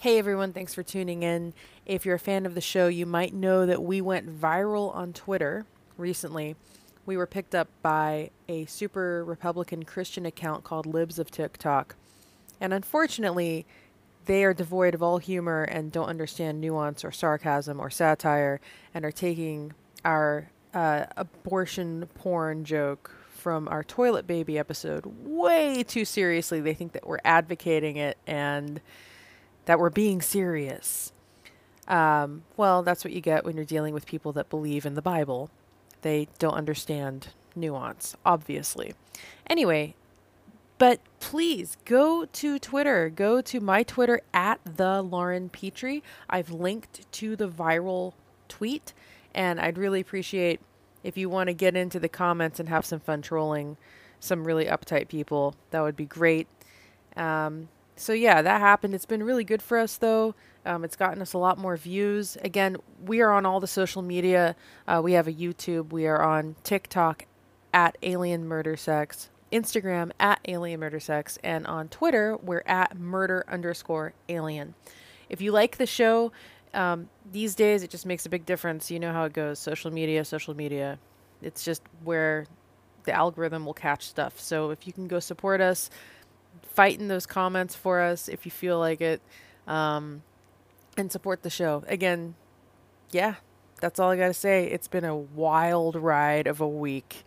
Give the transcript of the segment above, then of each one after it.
Hey everyone, thanks for tuning in. If you're a fan of the show, you might know that we went viral on Twitter recently. We were picked up by a super Republican Christian account called Libs of TikTok. And unfortunately, they are devoid of all humor and don't understand nuance or sarcasm or satire and are taking our uh, abortion porn joke from our toilet baby episode way too seriously. They think that we're advocating it and that we're being serious. Um, well, that's what you get when you're dealing with people that believe in the Bible. They don't understand nuance, obviously. Anyway, but please go to Twitter. Go to my Twitter at the Lauren Petrie. I've linked to the viral tweet, and I'd really appreciate if you want to get into the comments and have some fun trolling some really uptight people. That would be great. Um, so yeah, that happened. It's been really good for us though. Um, it's gotten us a lot more views. Again, we are on all the social media. Uh, we have a YouTube. We are on TikTok at Alien Murder Sex, Instagram at Alien Murder Sex, and on Twitter we're at Murder underscore Alien. If you like the show, um, these days it just makes a big difference. You know how it goes: social media, social media. It's just where the algorithm will catch stuff. So if you can go support us, fight in those comments for us if you feel like it um, and support the show again yeah that's all i gotta say it's been a wild ride of a week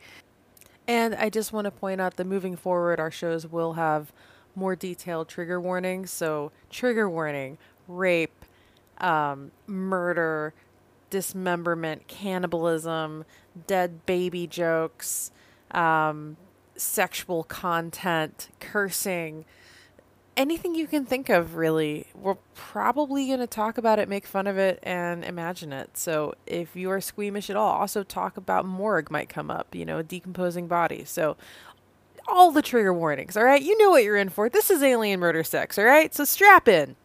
and i just want to point out that moving forward our shows will have more detailed trigger warnings so trigger warning rape um, murder dismemberment cannibalism dead baby jokes um, sexual content, cursing, anything you can think of, really. We're probably going to talk about it, make fun of it, and imagine it. So if you are squeamish at all, also talk about morgue might come up, you know, decomposing bodies. So all the trigger warnings, all right? You know what you're in for. This is alien murder sex, all right? So strap in.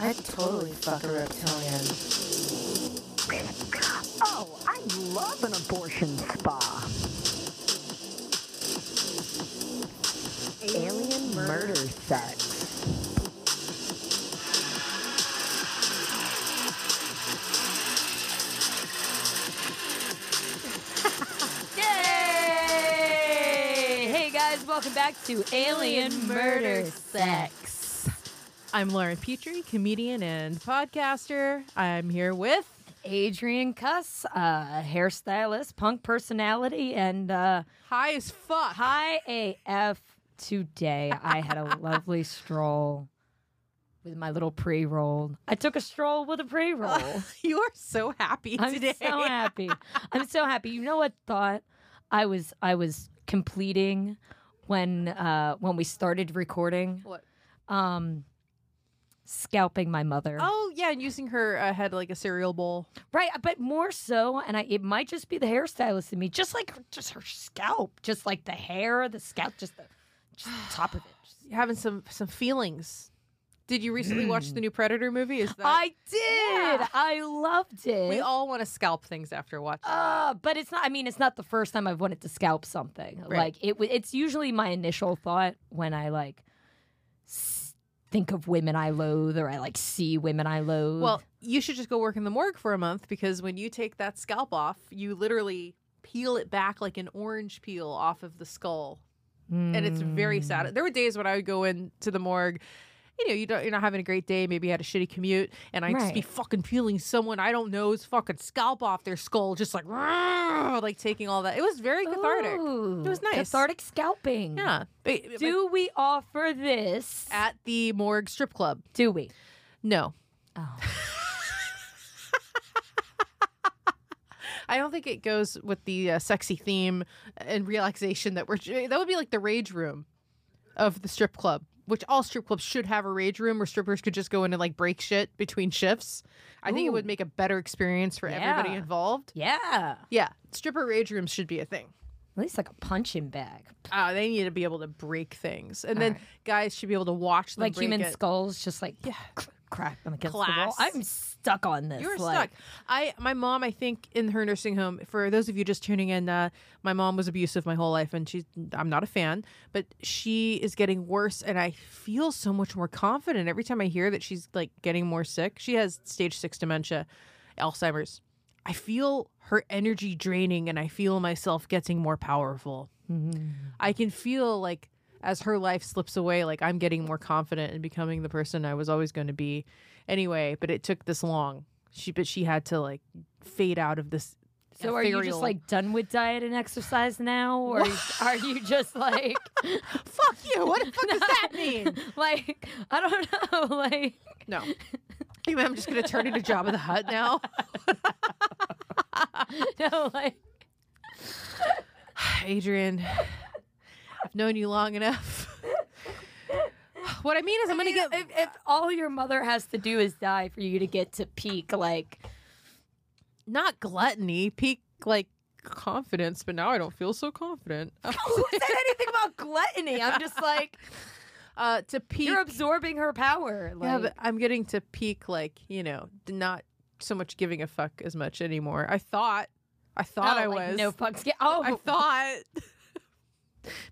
I totally fuck a reptilian. Oh, I love an abortion spa. Alien murder sex. Yay! Hey guys, welcome back to Alien Murder Sex. I'm Lauren Petrie, comedian and podcaster. I'm here with. Adrian Cuss, uh, hairstylist, punk personality, and uh, High as fuck. high AF today. I had a lovely stroll with my little pre roll. I took a stroll with a pre roll. You are so happy I'm today. so happy. I'm so happy. You know what thought I was I was completing when uh when we started recording? What? Um scalping my mother. oh, yeah, and using her uh, head like a cereal bowl. Right, but more so and I it might just be the hairstylist in me, just like her- just her scalp, just like the hair, the scalp, just the just the top of it. Just- Having some some feelings. Did you recently watch the new Predator movie? Is that I did. Yeah. I loved it. we all want to scalp things after watching? Uh, but it's not. I mean, it's not the first time I've wanted to scalp something. Right. Like it. wa- It's usually my initial thought when I like s- think of women I loathe, or I like see women I loathe. well, you should just go work in the morgue for a month because when you take that scalp off, you literally peel it back like an orange peel off of the skull and it's very Mm. sad. There were days when I would go into the morgue. You know, you don't, you're not having a great day. Maybe you had a shitty commute, and I'd just be Right. fucking peeling someone I don't know's fucking scalp off their skull, just like, "Rrrr," like taking all that. It was very cathartic. Ooh, It was nice. Cathartic scalping. Yeah. But- but Do we offer this? at the morgue strip club? Do we? No, Oh. I don't think it goes with the uh, sexy theme and relaxation that we're. eh, That would be like the rage room of the strip club, which all strip clubs should have a rage room where strippers could just go in and like break shit between shifts. I think it would Ooh. make a better experience for everybody Yeah. involved. Yeah. Yeah, stripper rage rooms should be a thing. At least like a punching bag, Uh, they need to be able to break things, and All then right. guys should be able to watch them like break human it. skulls, just like Yeah. crap. I'm against the wall. Class. I'm stuck on this. You were like- stuck. I my mom, I think, in her nursing home. For those of you just tuning in, uh, my mom was abusive my whole life, and she's I'm not a fan, but she is getting worse, and I feel so much more confident every time I hear that she's like getting more sick. She has stage six dementia, Alzheimer's. I feel her energy draining, and I feel myself getting more powerful. I can feel like as her life slips away, like I'm getting more confident and becoming the person I was always going to be. Anyway, but it took this long. She, but she had to like fade out of this. So are you just ethereal- like done with diet and exercise now, or are you just like, fuck you? What the fuck does that mean? like I don't know, like No, You mean I'm just gonna turn into Job of the Hut now. no, like Adrian, I've known you long enough. What I mean is, I'm gonna get. if, if all your mother has to do is die for you to get to peak, like not gluttony, peak like confidence, but now I don't feel so confident. who said anything about gluttony? I'm just like Uh, to peak, you're absorbing her power. Like, yeah, but I'm getting to peak like you know, d- not so much giving a fuck as much anymore. I thought, I thought oh, I like, was. no fucks. Get- oh, I thought.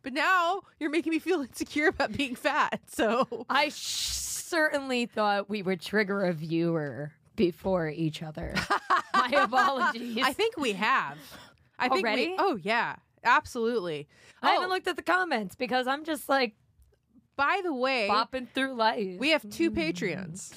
But now you're making me feel insecure about being fat. So I sh- certainly thought we would trigger a viewer before each other. My apologies. I think we have. I think we- Already? oh yeah, absolutely. I Oh, haven't looked at the comments because I'm just like By the way, bopping through life. we have two Patreons. Mm.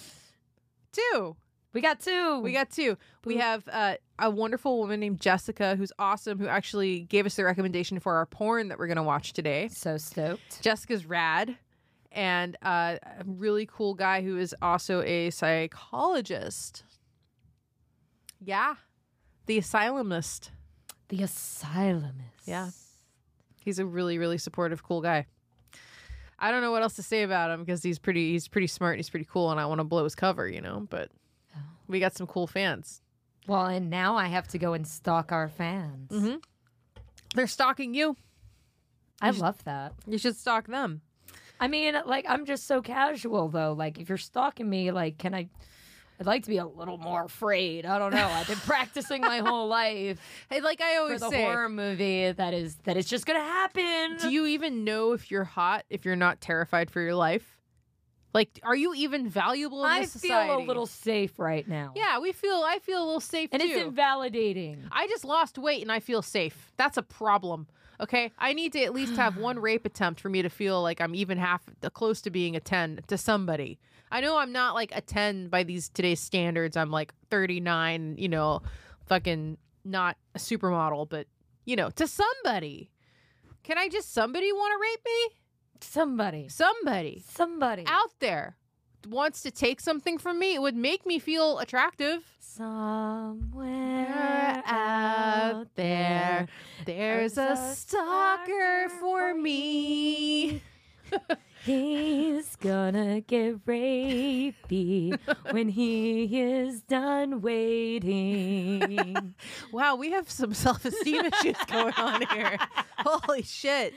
Two. we got two. We got two. We Boop. have uh, a wonderful woman named Jessica, who's awesome, who actually gave us the recommendation for our porn that we're going to watch today. so stoked. Jessica's rad and uh, a really cool guy who is also a psychologist. Yeah. The asylumist. The asylumist. Yeah. He's a really, really supportive, cool guy. I don't know what else to say about him because he's pretty he's pretty smart and he's pretty cool and I want to blow his cover, you know, but we got some cool fans. Well, and now I have to go and stalk our fans. They're stalking you. I love that. Mm-hmm. You should stalk them. I mean, like I'm just so casual though. Like if you're stalking me, like can I? I'd like to be a little more afraid. I don't know. I've been practicing my whole life Hey, like I for always the say, horror movie that is that it's just gonna happen. do you even know if you're hot if you're not terrified for your life? Like, are you even valuable in I feel this society? a little safe right now. Yeah, we feel. I feel a little safe and too. it's invalidating. I just lost weight and I feel safe. That's a problem. Okay, I need to at least have one rape attempt for me to feel like I'm even half uh, close to being a ten to somebody. I know I'm not like a ten by these today's standards. I'm like 39. You know, fucking not a supermodel, but you know, to somebody. Can I just somebody want to rape me? Somebody, Somebody somebody, out there wants to take something from me. It would make me feel attractive. somewhere out there. There's a stalker for me. He's gonna get rapey when he is done waiting. Wow, we have some self esteem issues going on here. Holy shit.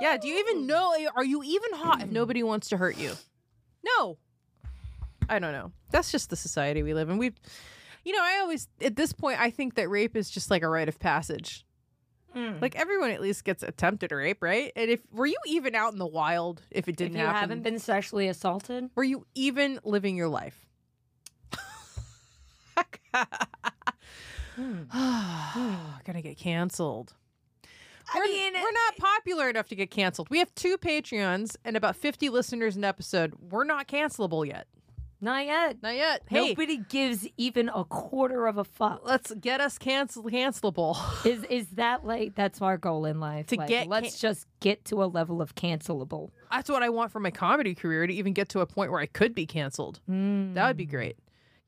Yeah, do you even know? Are you even hot if nobody wants to hurt you? No. I don't know. That's just the society we live in. We've, you know, I always, at this point, I think that rape is just like a rite of passage. Like everyone at least gets attempted rape, right? And if, were you even out in the wild if it if didn't you happen? haven't been sexually assaulted, Were you even living your life? Hmm. Gonna get canceled. I we're, mean, we're not popular enough to get canceled. We have two Patreons and about 50 listeners an episode. We're not cancelable yet. not yet. Not yet. Hey, Nobody gives even a quarter of a fuck. let's get us cancel cancelable. Is is that like that's our goal in life? To like, get can- let's just get to a level of cancelable. That's what I want for my comedy career to even get to a point where I could be canceled. Hmm. That would be great.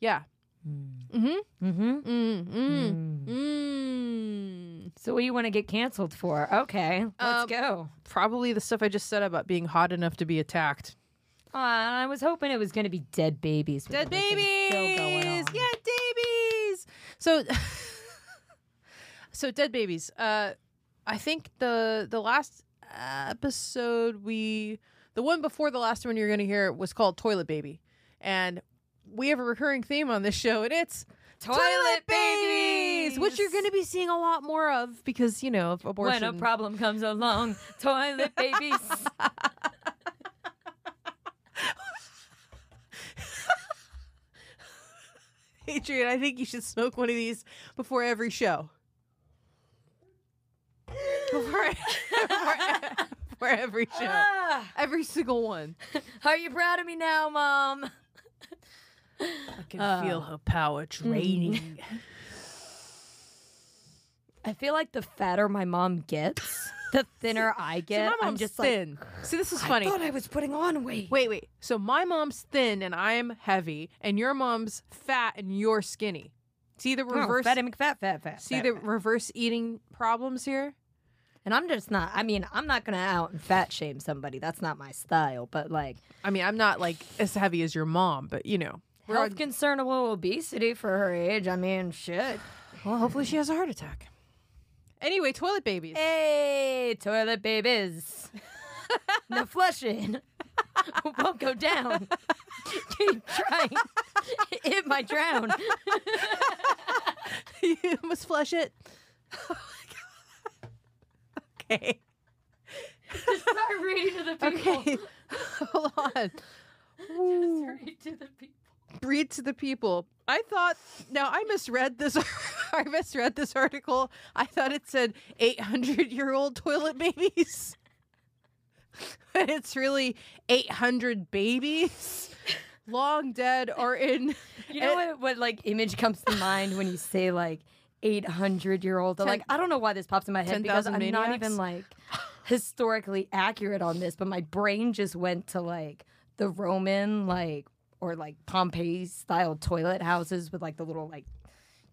Yeah. Hmm. Mm-hmm. Mm, mm, mm. So what do you want to get canceled for? Okay, let's Um, go. Probably the stuff I just said about being hot enough to be attacked. Aw, uh, I was hoping it was going to be dead babies. with Dead everything babies. still going on. Yeah, babies. So So dead babies. Uh I think the the last episode we the one before the last one you're going to hear was called Toilet Baby. And we have a recurring theme on this show, and it's Toilet babies, which you're babies. going to be seeing a lot more of because you know of abortion. When a problem comes along, toilet babies. Adrian, I think you should smoke one of these before every show. Before, before- before every show, Ah, every single one. are you proud of me now, Mom? I can feel her power draining. I feel like the fatter my mom gets, the thinner I So get. my I'm mom's just like, thin. See, this is funny. I thought I was putting on weight. Wait, wait. So my mom's thin and I'm heavy, and your mom's fat and you're skinny. See the reverse. Oh, fat, fat, fat, fat. see fat, the fat. reverse eating problems here. and I'm just not. I mean, I'm not gonna out and fat shame somebody. That's not my style. But like I mean, I'm not like as heavy as your mom, but you know, we're health on- concernable obesity for her age. I mean, shit. well. Hopefully, she has a heart attack. Anyway, toilet babies. Hey, toilet babies. no flushing. Won't go down. Keep trying. It might drown. you must flush it. Oh okay. Start reading to the people. Okay. Hold on. Read to the people. breed to the people. I thought now I misread this. I misread this article. I thought it said 800 year old toilet babies, but it's really 800 babies long dead or in. You know what, what like image comes to mind when you say like 800 year old? Like I don't know why this pops in my head 10,000 because I'm not maniacs? even like historically accurate on this, but my brain just went to like the Roman like or like Pompeii style toilet houses with like the little like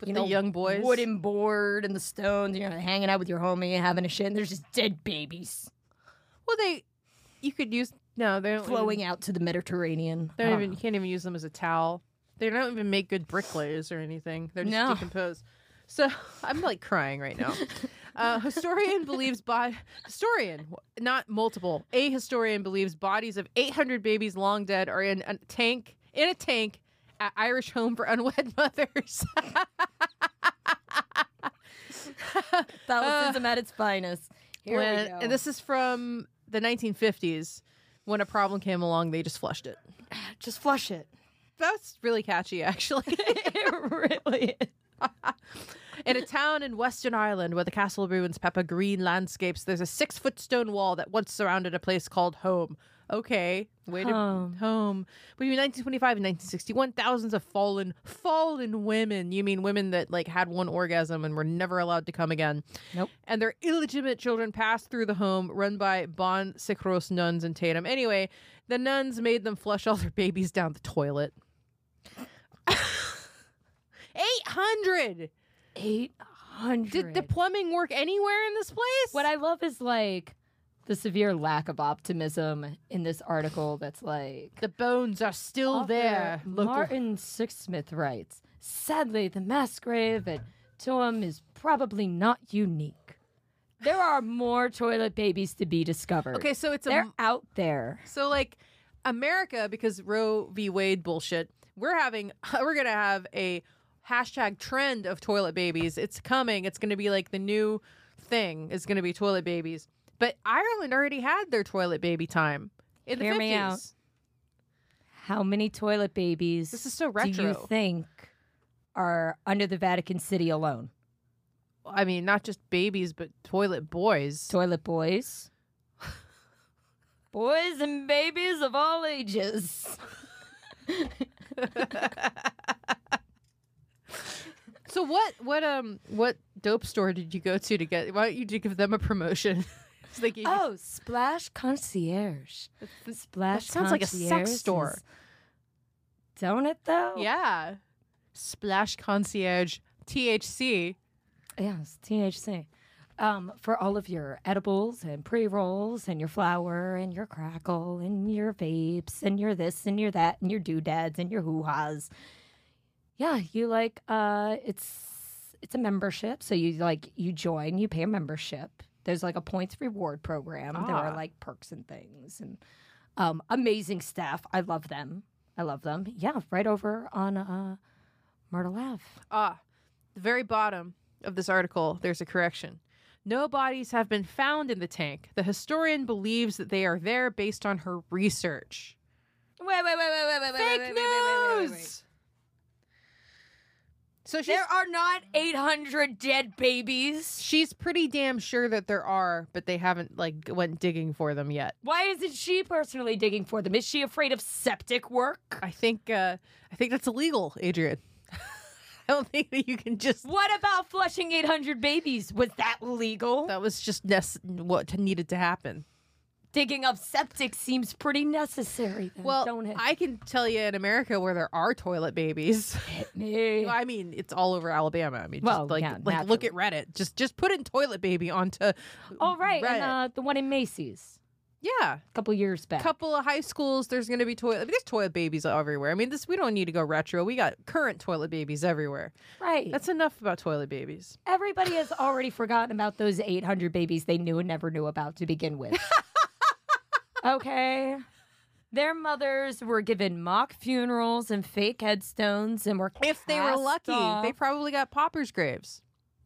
you the know, young boys? wooden board and the stones. And you're hanging out with your homie and having a shit. And there's just dead babies Well, they you could use no. They're flowing out to the Mediterranean. They're I not don't even Oh, you can't even use them as a towel. They don't even make good bricklayers or anything. They're just No. decomposed. So I'm like crying right now. Uh, historian believes by historian, not multiple. A historian believes bodies of 800 babies long dead are in a tank in a tank at Irish home for unwed mothers. know. Catholicism at its finest. Here When- we go. And Ah. this is from the 1950s. When a problem came along, they just flushed it. just flush it. That's really catchy, actually. it really is. In a town in Western Ireland where the castle ruins pepper green landscapes, there's a six foot stone wall that once surrounded a place called home. Okay, wait a Home. home. Between 1925 and 1961, thousands of fallen, fallen women, you mean women that like had one orgasm and were never allowed to come again, Nope. and their illegitimate children passed through the home run by Bon Sicros nuns in Tatum. Anyway, the nuns made them flush all their babies down the toilet. 800! 800. Did the plumbing work anywhere in this place? what I love is like the severe lack of optimism in this article that's like "Oh, the bones are still Author there. Local- Martin Sixsmith writes, sadly, the mass grave at Toom is probably not unique. There are more toilet babies to be discovered. Okay, so it's a They're out there. so like America because Roe v. Wade bullshit. We're having we're gonna have a hashtag trend of toilet babies. It's coming. It's gonna be like the new thing is gonna be toilet babies. But Ireland already had their toilet baby time in Hear the me out. fifties. How many toilet babies This is so do you retro. think are under the Vatican City alone? I mean, not just babies, but toilet boys. Toilet boys. boys and babies of all ages. So what what um what dope store did you go to to get? Why don't you do- give them a promotion? So they gave you- Oh, Splash Concierge. Splash that sounds like a sex Concierge store. is- Don't it though? yeah, Splash Concierge THC. Yes, THC. Um, for all of your edibles and pre rolls and your flour and your crackle and your vapes and your this and your that and your doodads and your hoo ha's. Yeah, you like uh it's it's a membership. So you like you join, you pay a membership. There's like a points reward program. There Ah. are like perks and things and um amazing staff. I love them. I love them. Yeah, right over on uh, Myrtle Ave. Ah, the very bottom of this article, there's a correction. No bodies have been found in the tank. The historian believes that they are there based on her research. Wait, wait, wait, wait, wait, wait, Fake wait, wait, wait, wait, wait, wait. news. So she's There are not 800 dead babies. she's pretty damn sure that there are, but they haven't like went digging for them yet. Why isn't she personally digging for them? Is she afraid of septic work? I think uh I think that's illegal, Adrian. I don't think that you can just What about flushing 800 babies? Was that legal? that was just nece- what needed to happen. Digging up septic seems pretty necessary. Then, Well, don't it? I can tell you in America where there are toilet babies. Me. I mean, it's all over Alabama. I mean, just Well, like yeah, like look at Reddit. Just just put in toilet baby onto All right, Reddit. and uh, the one in Macy's yeah, a couple years back. couple of high schools. There's going to be toilet. I mean, there's toilet babies everywhere. I mean, this we don't need to go retro. We got current toilet babies everywhere. right. That's enough about toilet babies. Everybody has already forgotten about those 800 babies they knew and never knew about to begin with. okay. Their mothers were given mock funerals and fake headstones and were If they were cast lucky, off. they probably got paupers graves.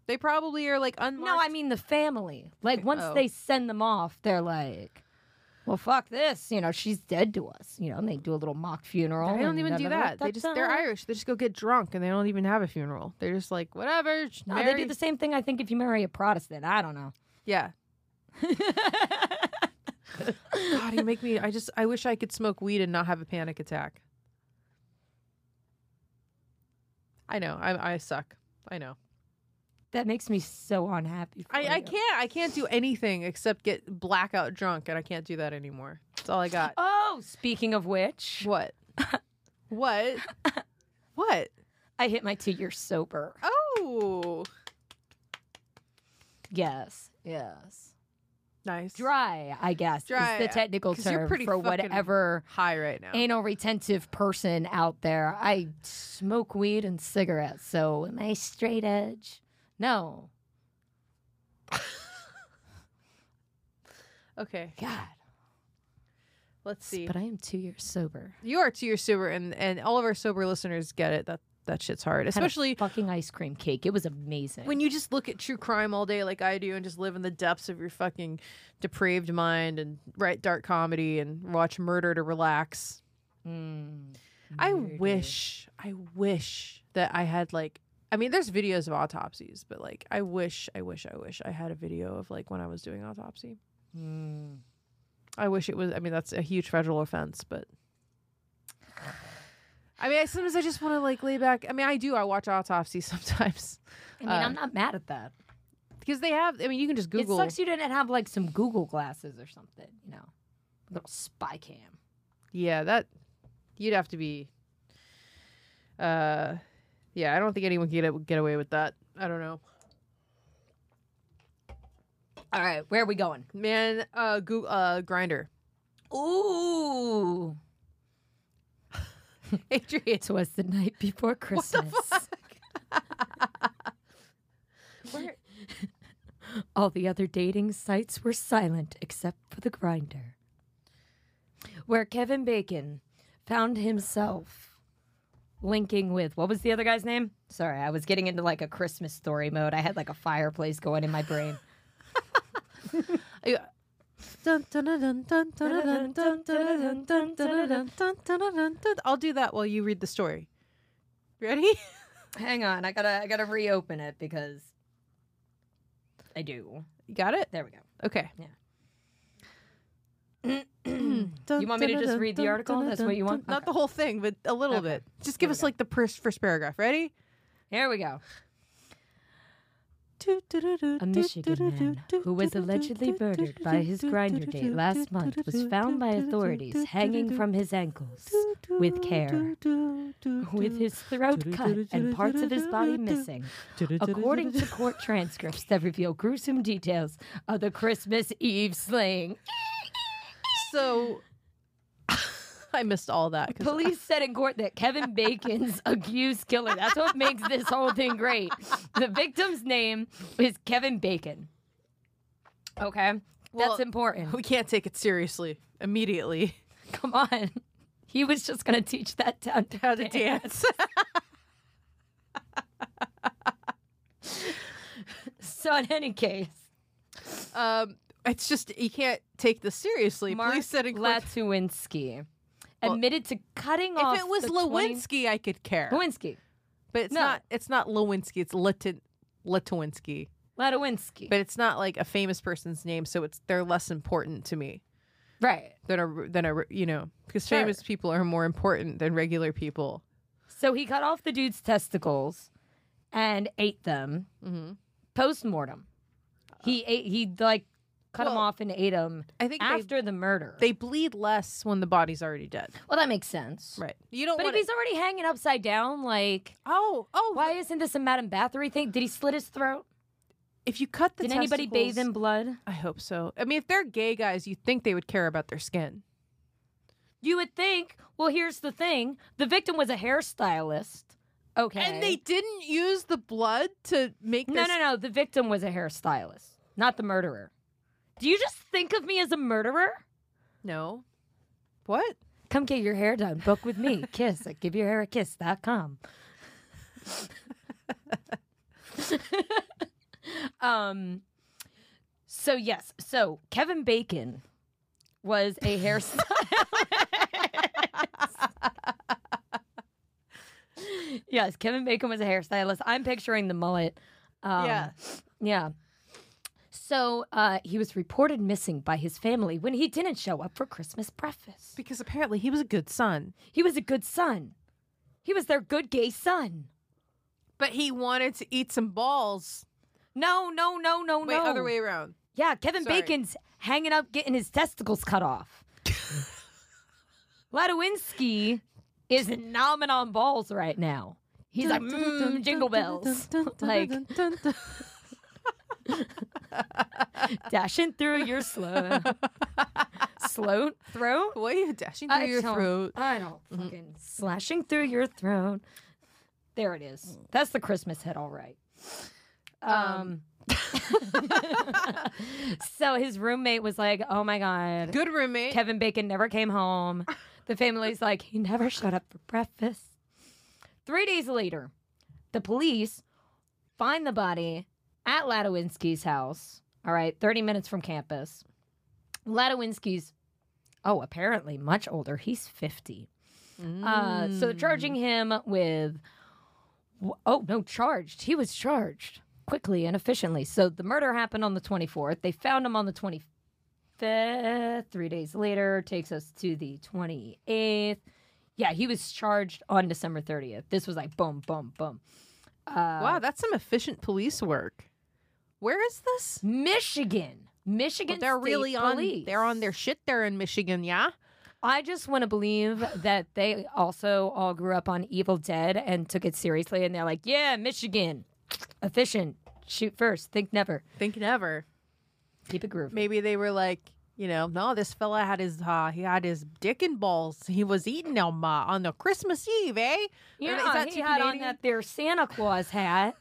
They probably are like unmarked. No, I mean the family. Like once Oh. they send them off, they're like, "Well, fuck this," you know. She's dead to us, you know. And they do a little mock funeral. They don't and even do da-da-da-da-da. that. They just they're Irish. They just go get drunk and they don't even have a funeral. They're just like whatever. just No, marry- they do the same thing. I think if you marry a Protestant, I don't know. Yeah. God, you make me. I just. I wish I could smoke weed and not have a panic attack. I know. I, I suck. I know. That makes me so unhappy. For I, I you. can't. I can't do anything except get blackout drunk, and I can't do that anymore. That's all I got. Oh, speaking of which, What? what? What? I hit my two years sober. Oh, Yes, yes. nice. Dry, I guess, Dry, is the technical 'cause you're term pretty for fucking- whatever High right now. anal retentive person out there. I smoke weed and cigarettes, so am I straight edge? No. Okay. God. Let's see. But I am two years sober. You are two years sober, and and all of our sober listeners get it. That that shit's hard, Had a especially fucking ice cream cake. It was amazing. when you just look at true crime all day, like I do, and just live in the depths of your fucking depraved mind and write dark comedy and watch murder to relax. Mm. I wish, I wish that I had like. I mean, there's videos of autopsies, but like, I wish, I wish, I wish I had a video of like when I was doing autopsy. Mm. I wish it was. I mean, that's a huge federal offense, but I mean, I, sometimes I just want to like lay back. I mean, I do. I watch autopsies sometimes I mean, I'm not mad at that. because they have. I mean, you can just Google. It sucks you didn't have like some Google glasses or something, you know, a little spy cam. yeah, that you'd have to be. Uh, yeah, I don't think anyone can get get away with that. I don't know, All right, where are we going? man. Uh, Google uh, Grinder. Ooh, Adrian, it was the night before Christmas. where- All the other dating sites were silent except for the grinder, where Kevin Bacon found himself linking with what was the other guy's name? Sorry, I was getting into like a Christmas story mode. I had like a fireplace going in my brain. Dun, dun, dun, dun, dun, dun, dun, dun, dun, dun, dun, dun, dun, dun, dun, dun, dun. I'll do that while you read the story. Ready? Hang on, I gotta I gotta reopen it because I do. You got it? There we go. Okay. You want me to just read the article? That's what you want? Not Okay. the whole thing, but a little Okay. bit. Just give us like the first first paragraph. Ready? Here we go. A Michigan man who was allegedly murdered by his grinder date last month was found by authorities hanging from his ankles with care. With his throat cut and parts of his body missing, according to court transcripts that reveal gruesome details of the Christmas Eve slaying. So I missed all that. 'cause Police said in court that Kevin Bacon's accused killer. That's what makes this whole thing great. The victim's name is Kevin Bacon. Okay. Well- That's important. We can't take it seriously immediately. Come on. He was just going to teach that town to How to dance. dance. So in any case, um, it's just you can't take this seriously. Mark Police said in court- Latuinsky admitted to cutting off. if it was the 20 Lewinsky, I could care. Lewinsky. But it's No. not. It's not Lewinsky. It's Litin- Litwinsky. Lewinsky. But it's not like a famous person's name, so it's they're less important to me right. than a than a you know because Sure. famous people are more important than regular people. So he cut off the dude's testicles and ate them Mm-hmm. post mortem. He ate. He like cut them Oh. Well, off and ate them I think after the murder. they they bleed less when the body's already dead. well, that makes sense. Right. You don't. But if wanna- he's already hanging upside down, like oh oh why isn't this a Madame Bathory thing? Did he slit his throat? If you cut the Did anybody bathe testicles- in blood? I hope so. I mean, if they're gay guys, you think they would care about their skin. You would think. Well, here's the thing: the victim was a hairstylist. Okay. And they didn't use the blood to make No, their no, no. The victim was a hairstylist, not the murderer. Do you just think of me as a murderer? No. What? Come get your hair done. Book with me. Kiss at giveyourhairakiss.com. um, so, yes. So, Kevin Bacon was a hairstylist. yes, Kevin Bacon was a hairstylist. I'm picturing the mullet. Um, Yeah. Yeah. So uh, he was reported missing by his family when he didn't show up for Christmas breakfast. Because apparently he was a good son. He was a good son. He was their good gay son. But he wanted to eat some balls. No, no, no, no, Wait, no. other way around. Yeah, Kevin Sorry. Bacon's hanging up, getting his testicles cut off. Ladowinski is nomming on balls right now. He's like, mm, jingle bells. Like, dashing through your slow, slow throat. What are you dashing through your don't- throat? Mm-hmm. I don't fucking slashing through your throat. There it is. Mm. That's the Christmas head, all right. Um. so his roommate was like, "Oh my god, Good roommate. Kevin Bacon never came home." The family's like, "He never showed up for breakfast." Three days later, the police find the body at Ladowinski's house. All right, thirty minutes from campus. Ladowinski's, oh, apparently much older. He's fifty. Uh, so Mm. they're charging him with, w- oh, no, charged. He was charged quickly and efficiently. So the murder happened on the 24th. They found him on the 25th. Three days later, takes us to the 28th. Yeah, he was charged on December 30th. This was like boom, boom, boom. Uh, wow, that's some efficient police work. Where is this? Michigan. Michigan Well, they're State really on Police. they're on their shit there in Michigan, yeah? I just want to believe that they also all grew up on Evil Dead and took it seriously, and they're like, "Yeah, Michigan, efficient, shoot first, think never, Think never. keep it groovy." Maybe they were like, you know, no, this fella had his uh, he had his dick and balls. He was eating them uh, on the Christmas Eve, eh? Or Yeah, is that he too had on Canadian? that their Santa Claus hat.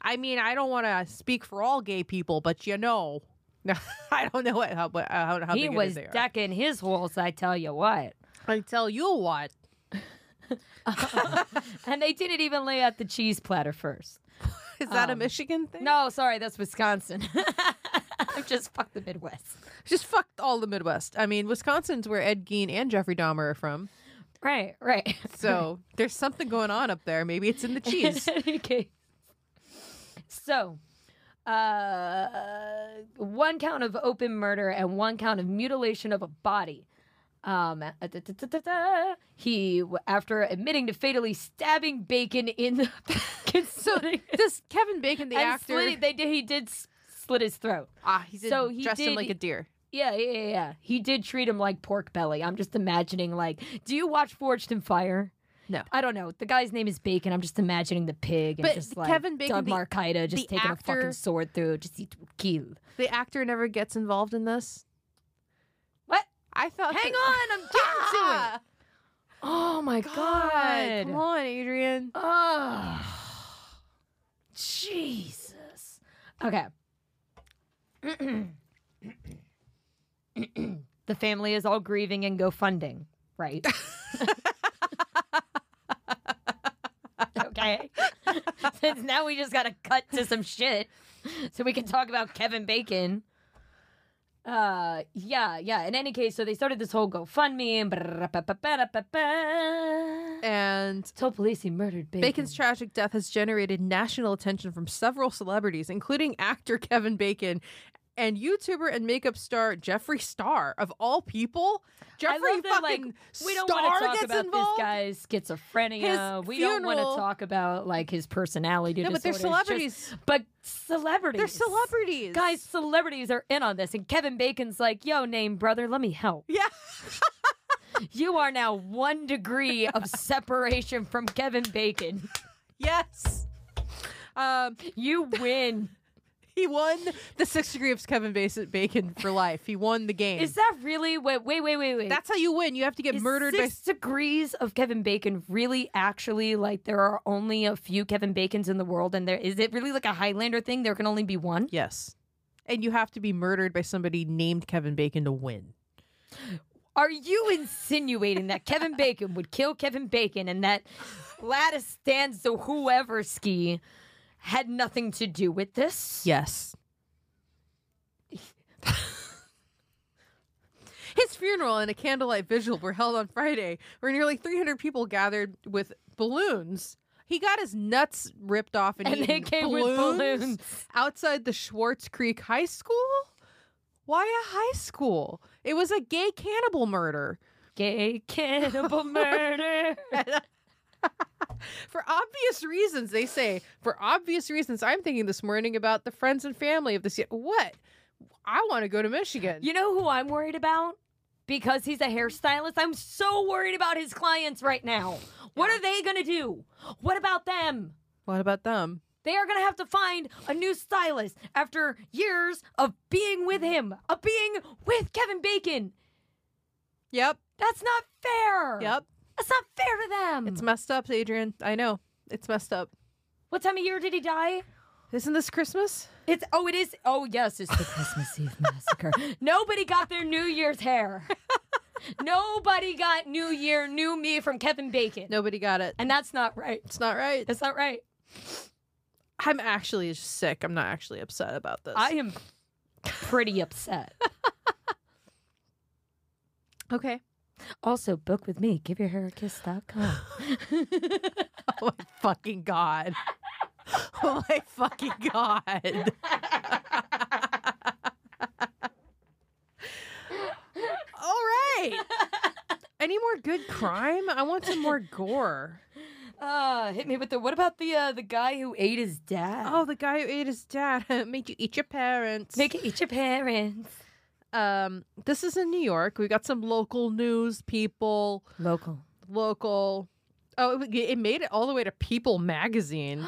I mean, I don't want to speak for all gay people, but you know, I don't know what how what- uh, how, how he big it was is they are. decking his holes, I tell you what. I tell you what, And they didn't even lay out the cheese platter first. is that a Michigan thing? No, sorry, that's Wisconsin. I'm just fuck the Midwest. just fuck all the Midwest. I mean, Wisconsin's where Ed Gein and Jeffrey Dahmer are from, Right, right. so there's something going on up there. Maybe it's in the cheese. okay. So, uh, one count of open murder and one count of mutilation of a body. Um, uh, da- da- da- da- da. he, after admitting to fatally stabbing Bacon in the so this Kevin Bacon, the and actor, slitting- they did, he did s- slit his throat. ah, he did so he dressed him did- like a deer. Yeah, yeah, yeah, yeah. He did treat him like pork belly. I'm just imagining, like, do you watch Forged in Fire? No. I don't know. The guy's name is Bacon. I'm just imagining the pig. And But just, the like, Kevin Bacon, Doug the- Marquita just the taking a fucking actor- sword through, just he would kill. The actor never gets involved in this. What? I thought. Hang that- on, I'm getting to it. Oh my God, god! come on, Adrian. Oh, Jesus. Okay. the family is all grieving and go funding. right? okay. Since now we just got to cut to some shit so we can talk about Kevin Bacon. Uh, yeah, yeah. In any case, so they started this whole GoFundMe and blah-blah-blah-blah-blah-blah. And told police he murdered Bacon. Bacon's tragic death has generated national attention from several celebrities, including actor Kevin Bacon and YouTuber and makeup star Jeffree Star. Of all people, I Jeffree love that, like, fucking we don't Star want to talk gets about involved. this guy's schizophrenia. His we don't want to funeral- talk about like his personality. No, but they're disorder. It's celebrities. Just, but celebrities. They're celebrities, Guys, celebrities are in on this, and Kevin Bacon's like, "Yo, name brother, let me help." Yeah, You are now one degree of separation from Kevin Bacon. yes. Um, You win. he won the six degree of Kevin Bas- Bacon for life. He won the game. Is that really what? Wait, wait, wait, wait. That's how you win. You have to get Is murdered by six degrees of Kevin Bacon really actually like there are only a few Kevin Bacons in the world and there is it really like a Highlander thing there can only be one Yes. And you have to be murdered by somebody named Kevin Bacon to win. are you insinuating that Kevin Bacon would kill Kevin Bacon and that Gladys Stanza whoever ski had nothing to do with this Yes. His funeral and a candlelight vigil were held on Friday, where nearly 300 people gathered with balloons. He got his nuts ripped off and, And they eaten. came with balloons. outside the Schwartz Creek High School. Why a high school? It was a gay cannibal murder. gay cannibal murder For obvious reasons, they say. For obvious reasons, I'm thinking this morning about the friends and family of this. What? I want to go to Michigan. you know who I'm worried about because he's a hairstylist I'm so worried about his clients right now what are they gonna do what about them What about them? They are going to have to find a new stylist after years of being with him, of being with Kevin Bacon. Yep. That's not fair. Yep. That's not fair to them. Oh. It's messed up, Adrian. I know. It's messed up. what time of year did he die? Isn't this Christmas? It's oh, it is. Oh, yes, it's the Christmas Eve massacre. Nobody got their New Year's hair. Nobody got New Year, New Me from Kevin Bacon. Nobody got it. And that's not right. It's not right. That's not right. I'm actually just sick. I'm not actually upset about this. I am pretty upset. okay. also, book with me. GiveYourHairAKiss.com. Oh my fucking god. Oh my fucking god. All right. Any more good crime? I want some more gore. Uh, hit me with the. What about the uh, the guy who ate his dad? Oh, the guy who ate his dad made you eat your parents. make it eat your parents. um, this is in New York. We got some local news people. Local. Local. Oh, it, it made it all the way to People magazine.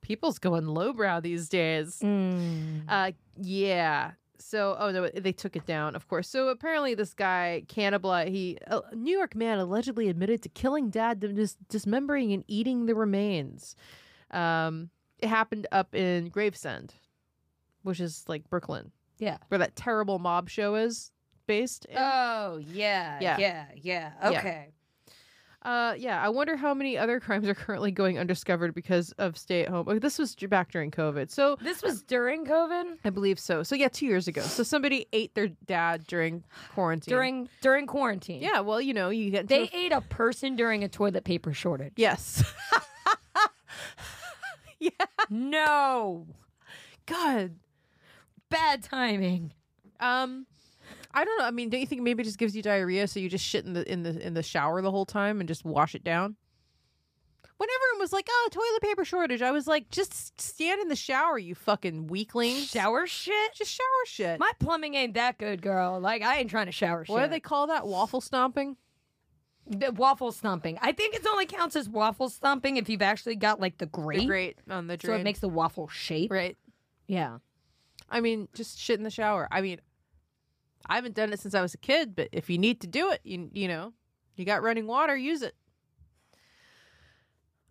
People's going lowbrow these days. Mm. Uh, yeah. So, oh no, they took it down, of course. So apparently, this guy Cannibal, he a New York man allegedly admitted to killing dad, then dis- dismembering and eating the remains. Um, it happened up in Gravesend, which is like Brooklyn, Yeah. where that terrible mob show is based. in. Oh yeah, Yeah. yeah, yeah. Yeah. Okay. Uh, yeah. I wonder how many other crimes are currently going undiscovered because of stay at home. Oh, This was back during COVID, so This was during COVID, I believe so. So yeah, two years ago. So somebody ate their dad during quarantine. during during quarantine. yeah, well, you know, you get They to- ate a person during a toilet paper shortage. yes. No. God. Bad timing. Um, I don't know. I mean, don't you think maybe it just gives you diarrhea, so you just shit in the in the in the shower the whole time and just wash it down? When everyone was like, "Oh, toilet paper shortage," I was like, "Just stand in the shower, you fucking weakling." Shower shit. Just shower shit. My plumbing ain't that good, girl. Like I ain't trying to shower shit. what do they call that? Waffle stomping. The waffle stomping. I think it only counts as waffle stomping if you've actually got like the grate, Great on the so it makes the waffle shape. right. Yeah. I mean, just shit in the shower. I mean, I haven't done it since I was a kid, but if you need to do it, you you know, you got running water, use it.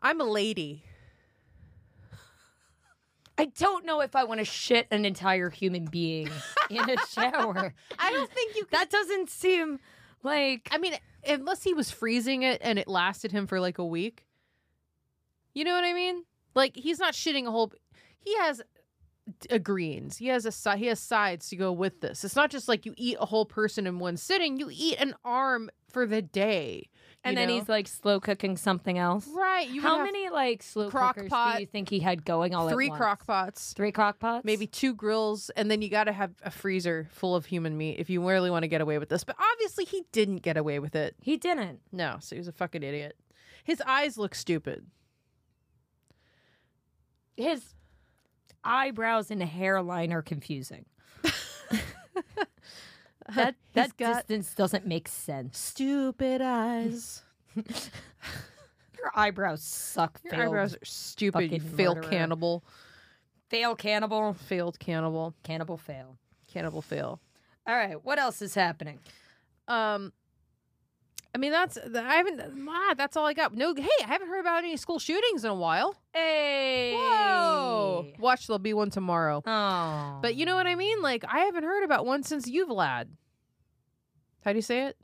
I'm a lady. I don't know if I want to shit an entire human being in a shower. I don't think you that doesn't seem Like, I mean, unless he was freezing it and it lasted him for like a week. You know what I mean? Like he's not shitting a whole. He has d- a greens. He has a si- he has sides to go with this. It's not just like you eat a whole person in one sitting. You eat an arm for the day. and then he's like slow cooking something else. right. You would How have many like slow crock cookers pot- do you think he had going all Three at once? crock pots. Three crock pots? Maybe two grills, and then you got to have a freezer full of human meat if you really want to get away with this. But obviously, he didn't get away with it. he didn't. No, so he was a fucking idiot. His eyes look stupid. His eyebrows and hairline are confusing. that He's that distance doesn't make sense. stupid eyes. Your eyebrows suck. Your eyebrows are stupid. You fucking fail murderer. cannibal. fail cannibal. Failed cannibal. Cannibal fail. Cannibal fail. All right, what else is happening? Um, I mean that's th- I haven't. Ah, that's all I got. No, hey, I haven't heard about any school shootings in a while. Hey. Whoa! Watch, there'll be one tomorrow. Oh. But you know what I mean? Like I haven't heard about one since you, Vlad. How do you say it?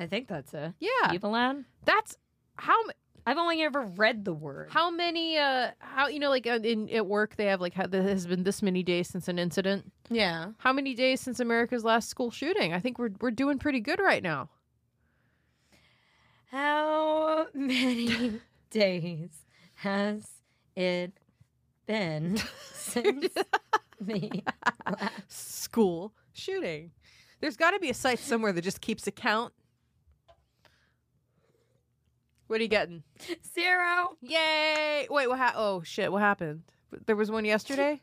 I think that's it. Yeah, Evelyn? that's how m- I've only ever read the word. how many uh how you know like uh, in at work they have like how, there has been this many days since an incident. Yeah. How many days since America's last school shooting? I think we're we're doing pretty good right now. How many days has it been since the School shooting. There's got to be a site somewhere that just keeps a count. What are you getting? zero? Yay! Wait, what? Ha- oh shit! What happened? There was one yesterday.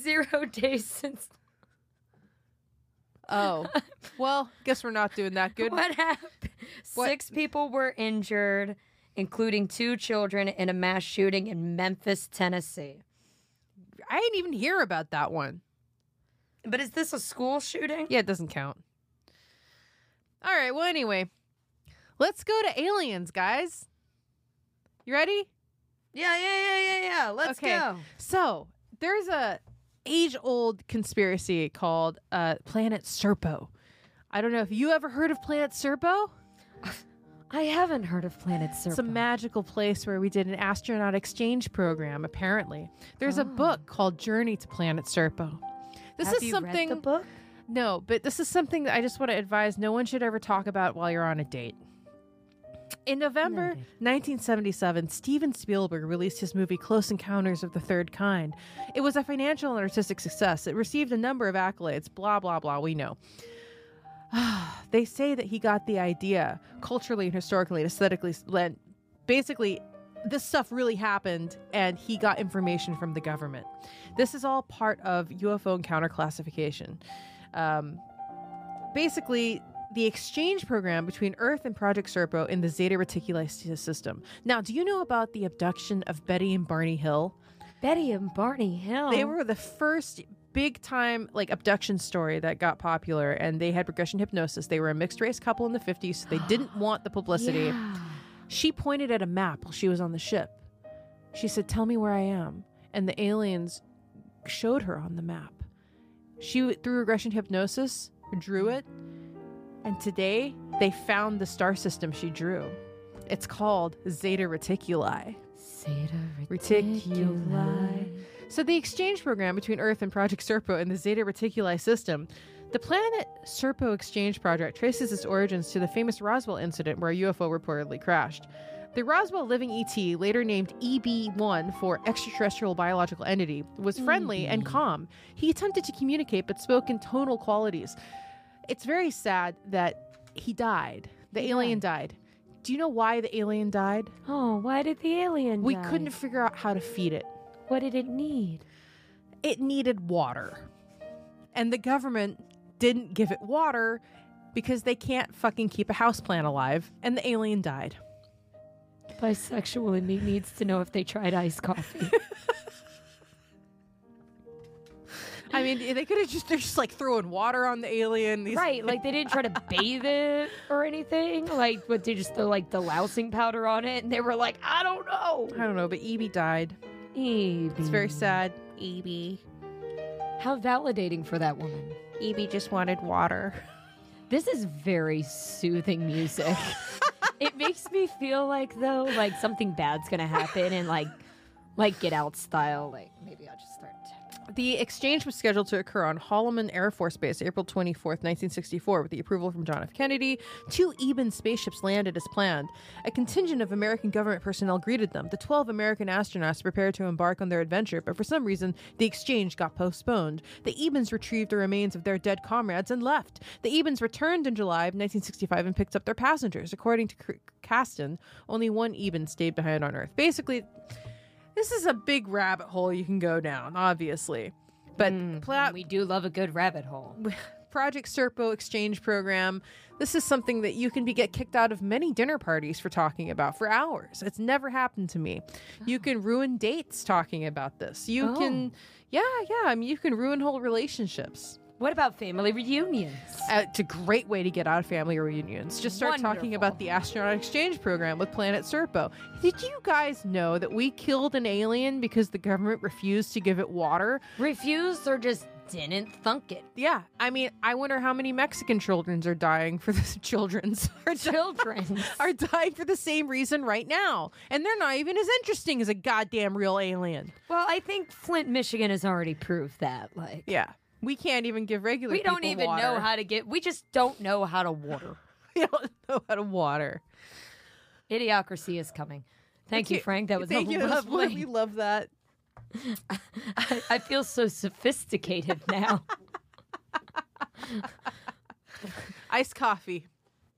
Zero days since Oh, well, guess we're not doing that good. what happened? What- Six people were injured, including two children in a mass shooting in Memphis, Tennessee. I didn't even hear about that one. But is this a school shooting? Yeah, it doesn't count. All right. Well, anyway, let's go to aliens, guys. You ready? Yeah, yeah, yeah, yeah, yeah. Let's Okay. go. So there's a age old conspiracy called uh, Planet Serpo. I don't know if you ever heard of Planet Serpo. I haven't heard of Planet Serpo. It's a magical place where we did an astronaut exchange program. Apparently, there's a book called Journey to Planet Serpo. This Oh. Have is you read something. the book? No, but this is something that I just want to advise no one should ever talk about while you're on a date. In November Noted. 1977, Steven Spielberg released his movie Close Encounters of the Third Kind. It was a financial and artistic success. It received a number of accolades, blah, blah, blah, we know. they say that he got the idea culturally and historically and aesthetically lent. Basically, this stuff really happened, and he got information from the government. This is all part of UFO encounter classification. Um, basically, the exchange program between Earth and Project Serpo in the Zeta Reticuli system. Now, do you know about the abduction of Betty and Barney Hill? Betty and Barney Hill. They were the first big time like abduction story that got popular and they had regression hypnosis. They were a mixed race couple in the 50s, so they didn't want the publicity. She pointed at a map while she was on the ship. She said, "Tell me where I am." And the aliens showed her on the map. She through regression hypnosis drew it, and today they found the star system she drew. It's called Zeta Reticuli. Zeta Reticuli. So the exchange program between Earth and Project Serpo and the Zeta Reticuli system, the Planet Serpo Exchange Project traces its origins to the famous Roswell incident where a UFO reportedly crashed. The Roswell living ET, later named EB1 for extraterrestrial biological entity, was friendly and calm. He attempted to communicate but spoke in tonal qualities. It's very sad that he died. The alien died. Do you know why the alien died? Oh, why did the alien? We die? couldn't figure out how to feed it What did it need? it needed water. And the government didn't give it water because they can't fucking keep a houseplant alive. And the alien died. Bisexual in me needs to know if they tried iced coffee. I mean, they could have just, they're just like throwing water on the alien. These, right, like they didn't try to bathe it or anything. Like, what they just throw like the lousing powder on it, and they were like, I don't know. I don't know, but Evie died. It's very sad. Evie. How validating for that woman. Evie just wanted water. This is very soothing music. it makes me feel like though, like something bad's gonna happen, and like, like Get Out style. Like maybe I'll just start. The exchange was scheduled to occur on Holloman Air Force Base April 24th, 1964, with the approval from John F. Kennedy. Two Eben spaceships landed as planned. A contingent of American government personnel greeted them. The 12 American astronauts prepared to embark on their adventure, but for some reason, the exchange got postponed. The Ebens retrieved the remains of their dead comrades and left. The Ebens returned in July of 1965 and picked up their passengers. According to C- Kasten, only one Eben stayed behind on Earth. Basically, this is a big rabbit hole you can go down, obviously. But pla- Hmm, we do love a good rabbit hole. Project Serpo exchange program, this is something that you can be get kicked out of many dinner parties for talking about for hours. It's never happened to me. You can ruin dates talking about this. You can Oh. yeah, yeah, I mean you can ruin whole relationships. What about family reunions? Uh, it's a great way to get out of family reunions. Just start talking Wonderful. about the astronaut exchange program with Planet Serpo. Did you guys know that we killed an alien because the government refused to give it water? Refused or just didn't thunk it. Yeah, I mean, I wonder how many Mexican childrens are dying for the children's are, di- Children. are dying for the same reason right now, and they're not even as interesting as a goddamn real alien. well, I think Flint, Michigan has already proved that. Like, Yeah, we can't even give regular. we don't people even water. know how to get. We just don't know how to water. we don't know how to water. Idiocracy is coming. Thank you, Frank. That was Thank you. lovely. We love that. I, I feel so sophisticated now. Iced coffee.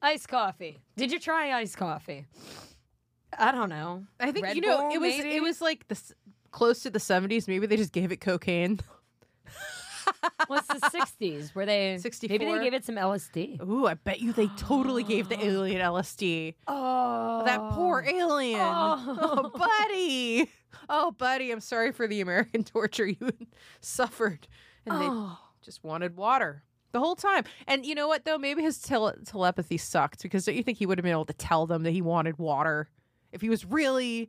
iced coffee. Did you try iced coffee? I don't know. I think Red you know Bull, it was maybe? it was like this close to the seventies. Maybe they just gave it cocaine. What's the '60s? Were they Maybe 64? they gave it some LSD. Ooh, I bet you they totally gave the alien LSD. Oh, That poor alien. Oh. Oh. buddy. Oh, buddy. I'm sorry for the American torture you suffered. And Oh. they just wanted water the whole time. And you know what, though? Maybe his tele- telepathy sucked because don't you think he would have been able to tell them that he wanted water if he was really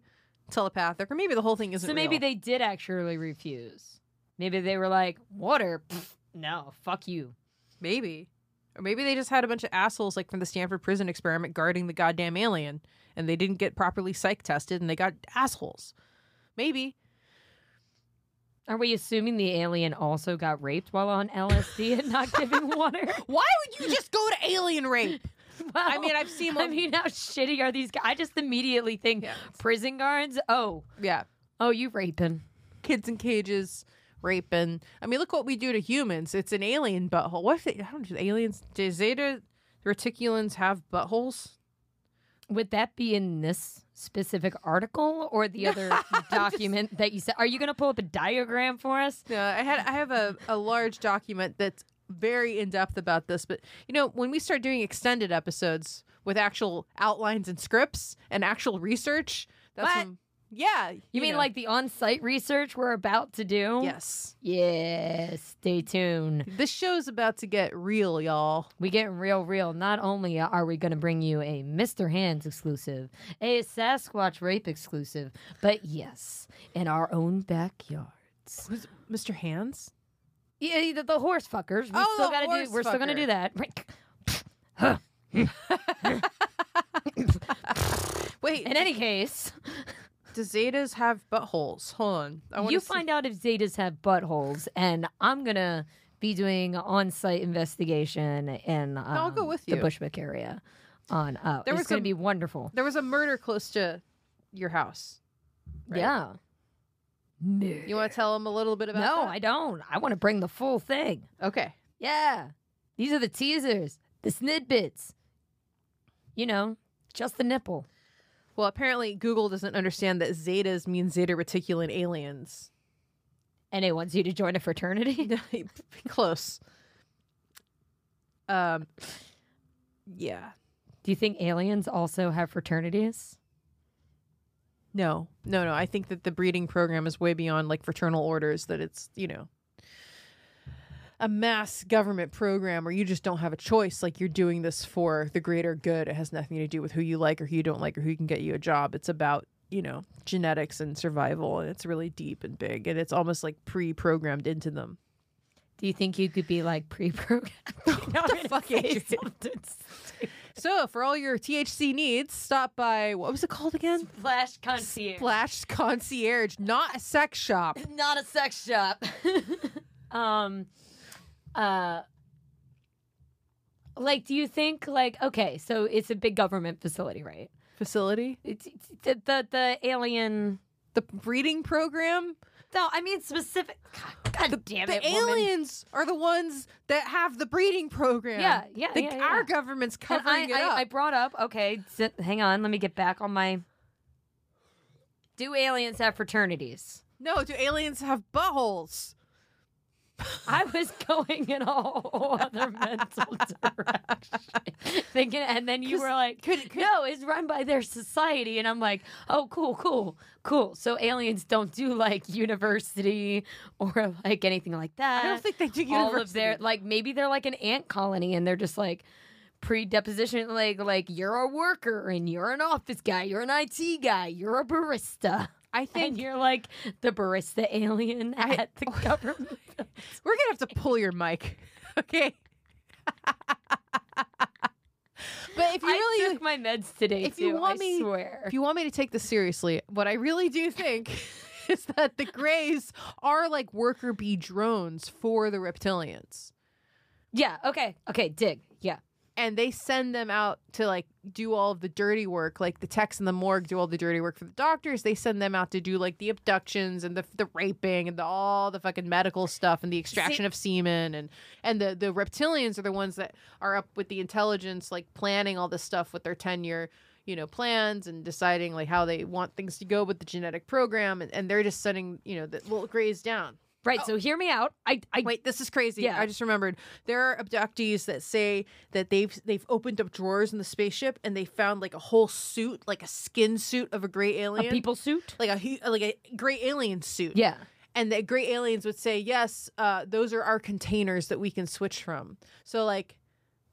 telepathic? Or maybe the whole thing isn't So maybe real. they did actually refuse. Maybe they were like, "Water, pff, no, fuck you." Maybe. Or maybe they just had a bunch of assholes like from the Stanford prison experiment guarding the goddamn alien and they didn't get properly psych tested and they got assholes. Maybe. Are we assuming the alien also got raped while on LSD and not giving water? Why would you just go to alien rape? I mean, I've seen I one- mean, how shitty are these guys? I just immediately think Yeah. prison guards. Oh, Yeah. oh, you raping. Kids in cages, raping. I mean, look what we do to humans. It's an alien butthole. What if they, I don't know, do aliens, do Zeta reticulans have buttholes? Would that be in this specific article or the other document that you said? Are you going to pull up a diagram for us? No, I had I have a, a large document that's very in depth about this, but you know, when we start doing extended episodes with actual outlines and scripts and actual research, that's What? when- yeah. You, mean know. like the on site research we're about to do? Yes. Yes. Stay tuned. This show's about to get real, y'all. We getting real, real. Not only are we going to bring you a Mr. Hands exclusive, a Sasquatch rape exclusive, but yes, in our own backyards. Who's Mr. Hands? Yeah, the, the horse fuckers. We Oh, still the gotta horse do. We're still gonna fucker. do that. Wait, In any case, do Zetas have buttholes? Hold on. I wanna you see- find out if Zetas have buttholes, and I'm gonna be doing on-site investigation in um, I'll go with the you. Bushwick area. On up, There it's was gonna some- be wonderful. There was a murder close to your house. right? Yeah. No, You want to tell them a little bit about no, that? I don't. I want to bring the full thing. Okay. Yeah. These are the teasers, the snidbits. You know, just the nipple. Well, apparently Google doesn't understand that zetas mean zeta reticulan aliens. And it wants you to join a fraternity. Close. Um, yeah. Do you think aliens also have fraternities? No, no, no. I think that the breeding program is way beyond like fraternal orders. That it's you know a mass government program where you just don't have a choice. Like you're doing this for the greater good. It has nothing to do with who you like or who you don't like or who can get you a job. It's about you know genetics and survival, and it's really deep and big, and it's almost like pre-programmed into them. Do you think you could be like pre-programmed? what the fuck is it? So for all your THC needs, stop by what was it called again? Flash concierge. Flash Concierge, not a sex shop. Not a sex shop. um, uh, like, do you think like okay, so it's a big government facility, right? Facility, It's, it's- the, the the alien. the breeding program. No, I mean specific. God, God damn the it, woman. aliens are the ones that have the breeding program. Yeah, yeah, The- yeah, yeah. Our government's And I, covering it I, up. I brought up, okay, sit, hang on, let me get back on my. Do aliens have fraternities? no, do aliens have buttholes? I was going in a whole other mental direction. Thinking, and then you were like, could- could- no, it's run by their society. And I'm like, oh, cool, cool, cool. So aliens don't do like university or like anything like that. I don't think they do Uh, all of their university. like maybe they're like an ant colony and they're just like pre-deposition like like you're a worker and you're an office guy you're an IT guy you're a barista I and think you're like the barista alien at the government we're gonna have to pull your mic. Okay. but if you I really took my meds today if you too, want I me- swear if you want me to take this seriously, what I really do think is that the Greys are like worker bee drones for the reptilians. yeah okay okay dig yeah And they send them out to like do all of the dirty work, like the techs in the morgue do all the dirty work for the doctors. They send them out to do like the abductions and the, the raping and the, all the fucking medical stuff and the extraction of semen and and the the reptilians are the ones that are up with the intelligence, like planning all this stuff with their ten year you know plans and deciding like how they want things to go with the genetic program and, and they're just setting you know the little grays down right so hear me out I I wait this is crazy Yeah. i just remembered there are abductees that say that they've they've opened up drawers in the spaceship and they found like a whole suit like a skin suit of a gray a alien people suit like a hu- like a gray alien suit yeah and the great aliens would say yes uh, those are our containers that we can switch from so like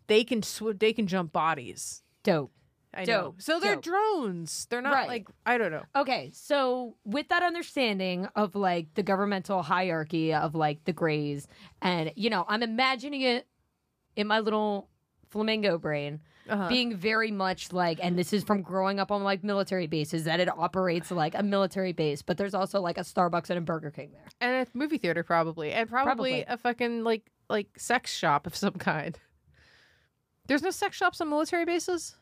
they can sw- they can jump bodies dope I know. Dope, So they're dope. drones. They're not Right. like I don't know. Okay, so with that understanding of like the governmental hierarchy of like the grays, and you know, I'm imagining it in my little flamingo brain Uh-huh. being very much like, and this is from growing up on like military bases that it operates like a military base, but there's also like a Starbucks and a Burger King there. and a movie theater probably, and probably, Probably. a fucking like like sex shop of some kind. There's no sex shops on military bases.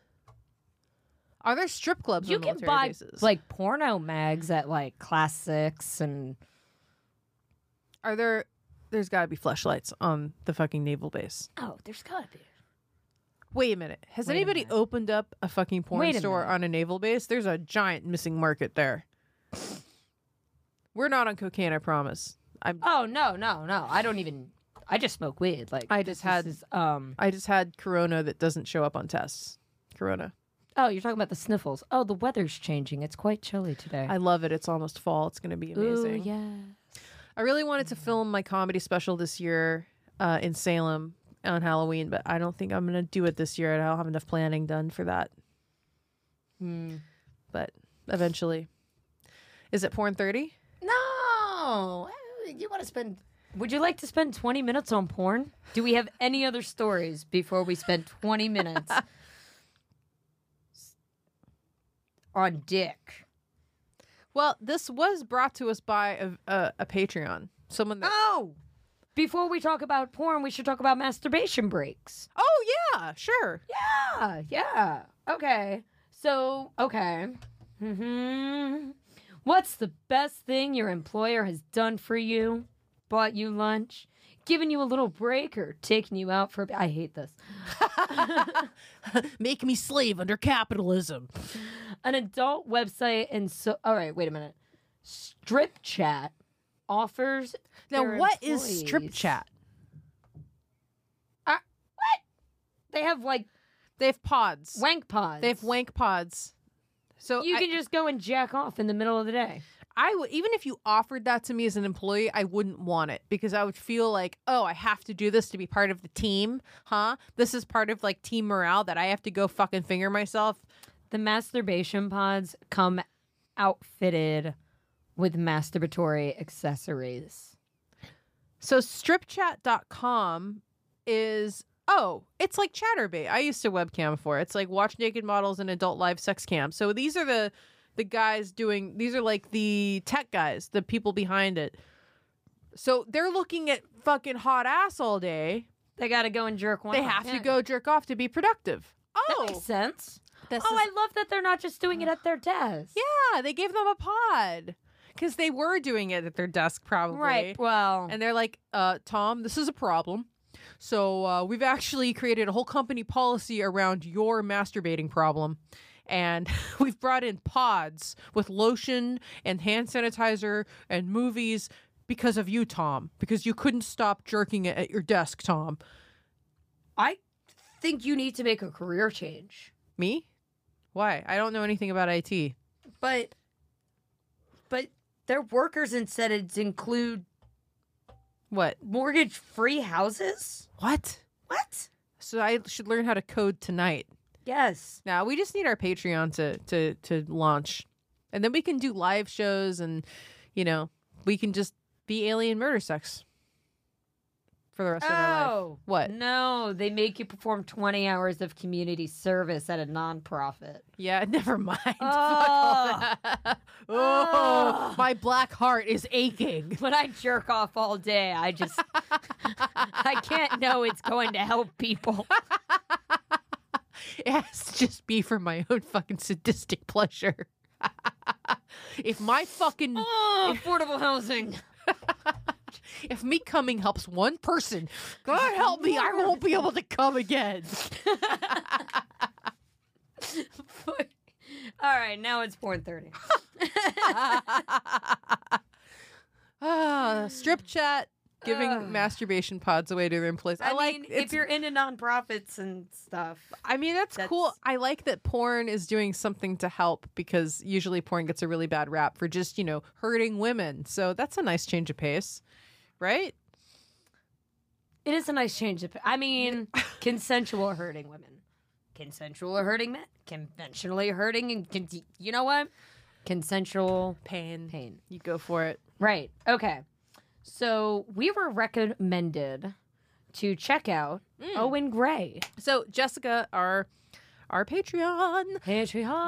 Are there strip clubs? You on can military buy bases? like porno mags at like classics and are there? There's got to be flashlights on the fucking naval base. oh, there's gotta be. Wait a minute. Has Wait a anybody minute. opened up a fucking porn Wait a store minute. on a naval base? There's a giant missing market there. We're not on cocaine, I promise. I'm. Oh no, no, no! I don't even. I just smoke weed. Like I just this had- is, um. I just had corona that doesn't show up on tests. Corona. Oh, you're talking about the sniffles. Oh, the weather's changing. It's quite chilly today. I love it. It's almost fall. It's going to be amazing. Mm. Ooh, yeah. I really wanted to film my comedy special this year uh, in Salem on Halloween, but I don't think I'm going to do it this year. I don't have enough planning done for that, Hmm. but eventually. Is it porn 30? No, you want to spend. Would you like to spend 20 minutes on porn? Do we have any other stories before we spend 20 minutes on dick? Well, this was brought to us by a, a, a Patreon. Someone that. Oh, before we talk about porn, we should talk about masturbation breaks. Oh, yeah, sure. Yeah, yeah. Okay. So, okay. hmm What's the best thing your employer has done for you? Bought you lunch? Giving you a little break or taking you out for a I hate this. Make me slave under capitalism. An adult website and so all right, wait a minute. Strip chat offers Now, their what is strip employees- chat? They have like They have pods. wank pods. They have wank pods. So You I- can just go and jack off in the middle of the day. I would even if you offered that to me as an employee, I wouldn't want it because I would feel like, oh, I have to do this to be part of the team, huh? This is part of like team morale that I have to go fucking finger myself. the masturbation pods come outfitted with masturbatory accessories. So stripchat.com is oh, it's like Chatterbait. I used to webcam for. it. It's like watch naked models and adult live sex cam. So these are the the guys doing these are like the tech guys, the people behind it. So they're looking at fucking hot ass all day. They got to go and jerk one. They off. have Yeah. to go jerk off to be productive. That Oh, makes sense. this oh, is- I love that they're not just doing it at their desk. yeah, they gave them a pod because they were doing it at their desk probably. Right. Well, And they're like, uh, Tom, this is a problem. So uh, we've actually created a whole company policy around your masturbating problem. And we've brought in pods with lotion and hand sanitizer and movies because of you, Tom, because you couldn't stop jerking it at your desk, Tom. I think you need to make a career change. Me? Why? I don't know anything about IT. But but their workers incentives include What? mortgage-free houses? What? What? So I should learn how to code tonight. Yes. Now we just need our Patreon to to to launch, and then we can do live shows, and you know we can just be alien murder sex for the rest of our life. Oh. What? No, they make you perform 20 hours of community service at a nonprofit. Yeah, never mind. Fuck all Oh. that. oh, Oh. my black heart is aching. When I jerk off all day, I just I can't know it's going to help people. It has to just be for my own fucking sadistic pleasure. if my fucking Oh, affordable housing. if me coming helps one person, God help me, I won't be able to come again. all right, now it's 4:30. Ah, strip chat giving Ugh. masturbation pods away to their place. I, I, like mean, it's, if you're into nonprofits and stuff, I mean that's, cool. that's- I like that porn is doing something to help because usually porn gets a really bad rap for just, you know, hurting women. So that's a nice change of pace. Right? it is a nice change. Of, I mean, consensual hurting women, consensual hurting men, conventionally hurting, and con- you know what? Consensual Pain. pain. You go for it. Right. Okay. So we were recommended to check out Owen Gray. So Jessica, our our Patreon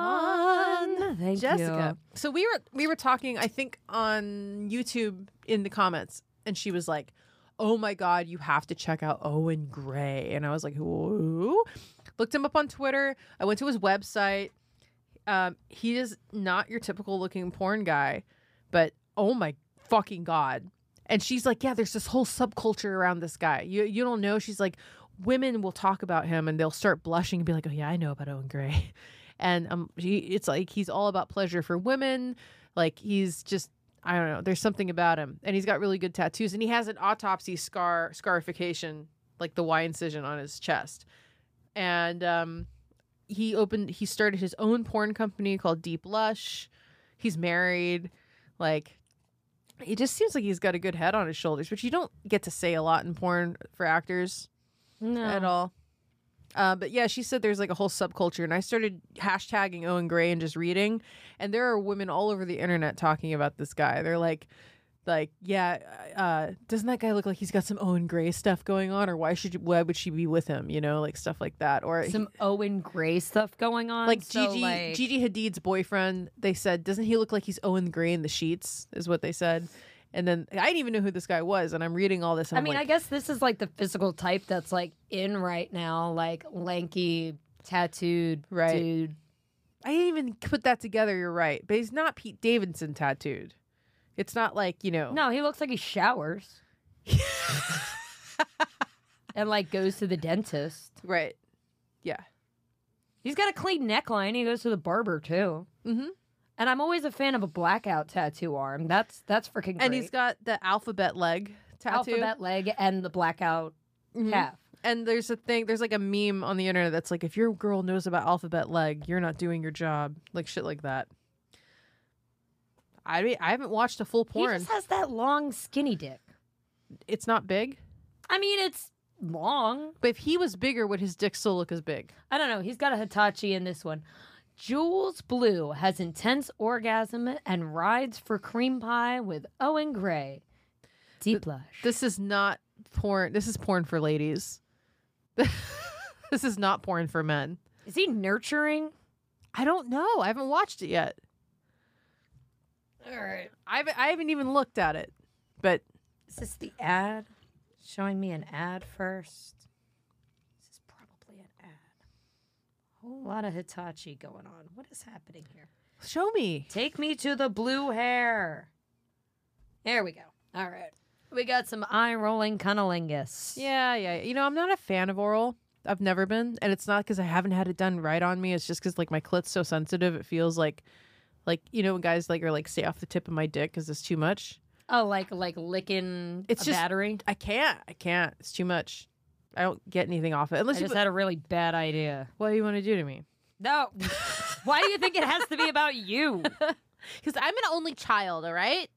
Patreon. Thank Jessica. So we were we were talking, I think, on YouTube in the comments, and she was like, "Oh my god, you have to check out Owen Gray," and I was like, "Who?" Looked him up on Twitter. I went to his website. Um, he is not your typical looking porn guy, but oh my fucking god. And she's like, yeah, there's this whole subculture around this guy. You you don't know. She's like, women will talk about him and they'll start blushing and be like, oh yeah, I know about Owen Gray. And um, he, it's like he's all about pleasure for women. Like he's just, I don't know. There's something about him, and he's got really good tattoos, and he has an autopsy scar scarification, like the Y incision on his chest. And um, he opened, he started his own porn company called Deep Lush. He's married, like he just seems like he's got a good head on his shoulders, which you don't get to say a lot in porn for actors you. No. at all. Uh, but yeah, she said there's like a whole subculture, and I started hashtagging Owen Gray and just reading, and there are women all over the internet talking about this guy. They're like, like, yeah, uh, doesn't that guy look like he's got some Owen Gray stuff going on, or why should why would she be with him? You know, like stuff like that, or he- Some Owen Gray stuff going on. like so, Gigi like- Gigi Hadid's boyfriend. They said, doesn't he look like he's Owen Gray in the sheets? Is what they said. And then I didn't even know who this guy was, and I'm reading all this. And I I'm mean, like, I guess this is like the physical type that's like in right now, like lanky, tattooed Right. dude. I didn't even put that together. You're right, but he's not Pete Davidson tattooed. It's not like you know. No, he looks like he showers. and like goes to the dentist. Right. Yeah. He's got a clean neckline. He goes to the barber too. Mm-hmm. And I'm always a fan of a blackout tattoo arm. That's that's freaking great. And he's got the alphabet leg tattoo. alphabet leg and the blackout Mhm. half. And there's a thing. There's like a meme on the internet that's like, if your girl knows about alphabet leg, you're not doing your job. Like shit like that. I mean, I haven't watched a full porn. He just has that long skinny dick. it's not big. I mean, it's long. But if he was bigger, would his dick still look as big? I don't know. He's got a Hitachi in this one. Jules Blue has intense orgasm and rides for cream pie with Owen Gray. Deep blush. This is not porn. This is porn for ladies. this is not porn for men. Is he nurturing? I don't know. I haven't watched it yet. All right. I haven't, I haven't even looked at it. But Is this the ad? Showing me an ad first. This is probably an ad. Whole lot of Hitachi going on. What is happening here? show me. Take me to the blue hair. There we go. All right. We got some eye rolling cunnilingus. Yeah, yeah. You know, I'm not a fan of oral. I've never been, and it's not because I haven't had it done right on me. It's just because like my clit's so sensitive, it feels like, like you know, when guys like are like, stay off the tip of my dick because it's too much. Oh, like like licking It's a just- battery. I can't. I can't. It's too much. I don't get anything off it I unless you. just Put, had a really bad idea. what do you want to do to me? No. Why do you think it has to be about you? Because I'm an only child. All right.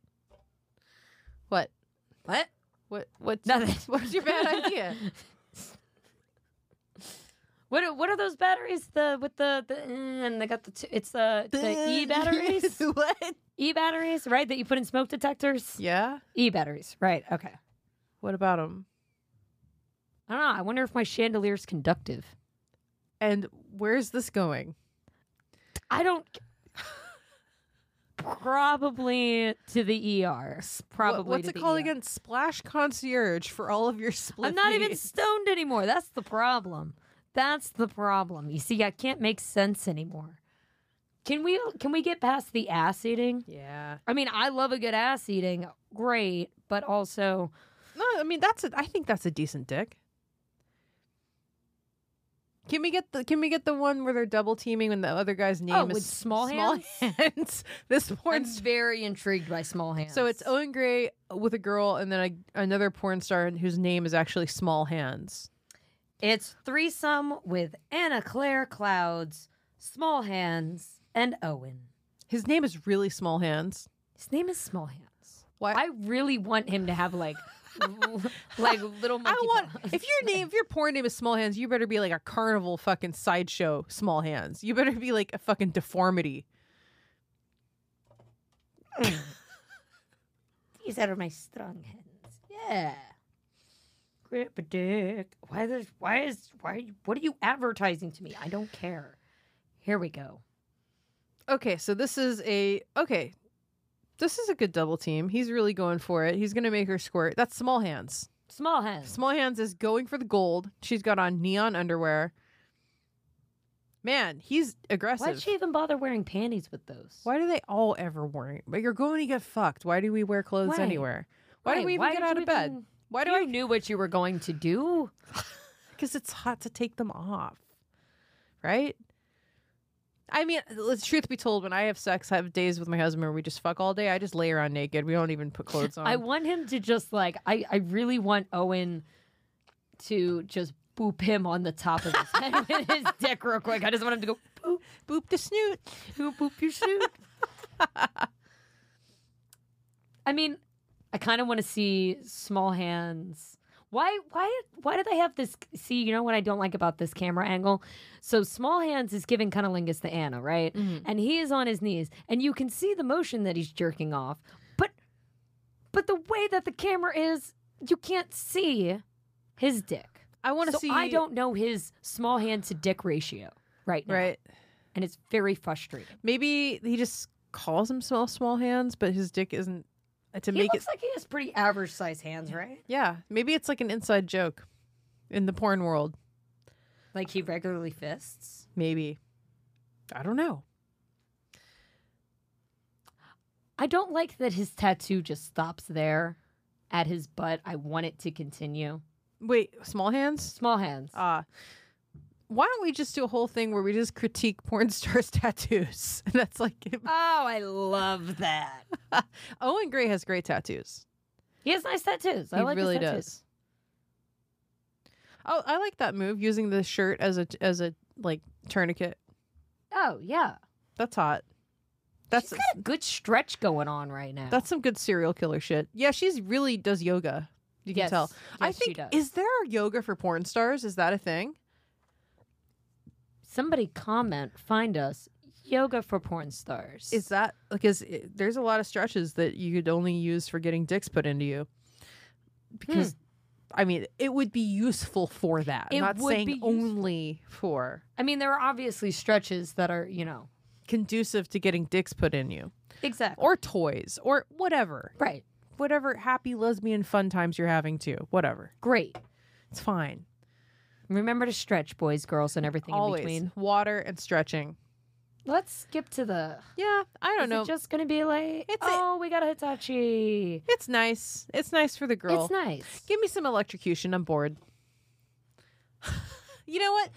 What? What? What? What's Nothing. What's your bad idea? What are, what are those batteries? The with the, the mm, and they got the two, it's the the e batteries, what? e batteries, right? That you put in smoke detectors. Yeah. E batteries, right? Okay. What about them? I don't know. I wonder if my chandelier's conductive. And where's this going? I don't. Probably to the ER. Probably. What- what's to it the called ER. again? Splash concierge for all of your split. I'm not even needs. stoned anymore. That's the problem. That's the problem. You see, I can't make sense anymore. Can we can we get past the ass eating? Yeah. I mean, I love a good ass eating, great, but also No, I mean that's a, I think that's a decent dick. Can we get the Can we get the one where they're double teaming when the other guy's name is Oh, with small Small hands. this I'm porn. star. very intrigued by small hands. So it's Owen Gray with a girl, and then a, another porn star whose name is actually Small Hands. it's threesome with Anna Claire Clouds, Small Hands, and Owen. His name is really Small Hands. His name is Small Hands. Why? I really want him to have like l- like little monkey I want paws. if your name if your porn name is Small Hands, you better be like a carnival fucking sideshow Small Hands. You better be like a fucking deformity. These are my strong hands. Yeah. Grip a dick. Why this why is why what are you advertising to me? I don't care. Here we go. Okay, so this is a okay. This is a good double team. He's really going for it. He's gonna make her squirt. That's small hands. Small hands. Small hands is going for the gold. She's got on neon underwear. Man, he's aggressive. Why'd she even bother wearing panties with those? Why do they all ever wear? But you're going to get fucked. Why do we wear clothes Right. anywhere? Why do Right, we even why get did out you of bed? even- Why do you I? knew what you were going to do? Because it's hot to take them off, right? I mean, let's truth be told, when I have sex, I have days with my husband where we just fuck all day. I just lay around naked. We don't even put clothes on. I want him to just like I, I really want Owen to just boop him on the top of his head with his dick real quick. I just want him to go boop, boop the snoot. boop, boop your shoot. I mean, I kind of want to see small hands. Why why why do they have this see, you know what I don't like about this camera angle? So small hands is giving cunnilingus to Anna, right? Mm-hmm. And he is on his knees and you can see the motion that he's jerking off. But but the way that the camera is, you can't see his dick. I want to so see. I don't know his small hand to dick ratio right now. Right. And it's very frustrating. Maybe he just calls himself small hands, but his dick isn't uh, to he make looks it. like he has pretty average size hands, right? yeah, maybe it's like an inside joke in the porn world. Like he regularly fists. Maybe. I don't know. I don't like that his tattoo just stops there at his butt. I want it to continue. Wait, small hands? Small hands. Uh why don't we just do a whole thing where we just critique porn stars' tattoos? And that's like oh, I love that. Owen Gray has great tattoos. He has nice tattoos. I he like his really tattoos. does. Oh, I like that move using the shirt as a as a like tourniquet. Oh yeah, That's hot. That's she's got a good stretch going on right now. That's some good serial killer shit. Yeah, she's really does yoga. You can Yes. tell. I Yes, she think does. is there yoga for porn stars? Is that a thing? somebody comment. Find us yoga for porn stars. Is that because it, there's a lot of stretches that you could only use for getting dicks put into you. because I mean it would be useful for that. It not would saying be useful. only for I mean, there are obviously stretches that are, you know, conducive to getting dicks put in you exactly or toys or whatever. right. Whatever happy lesbian fun times you're having too. Whatever. Great. It's fine. Remember to stretch, boys, girls, and everything Always in between. water and stretching. Let's skip to the. Yeah, I don't Is know. it just gonna be like, It's a- oh, we got a Hitachi. it's nice. It's nice for the girl. It's nice. Give me some electrocution. I'm bored. you know what,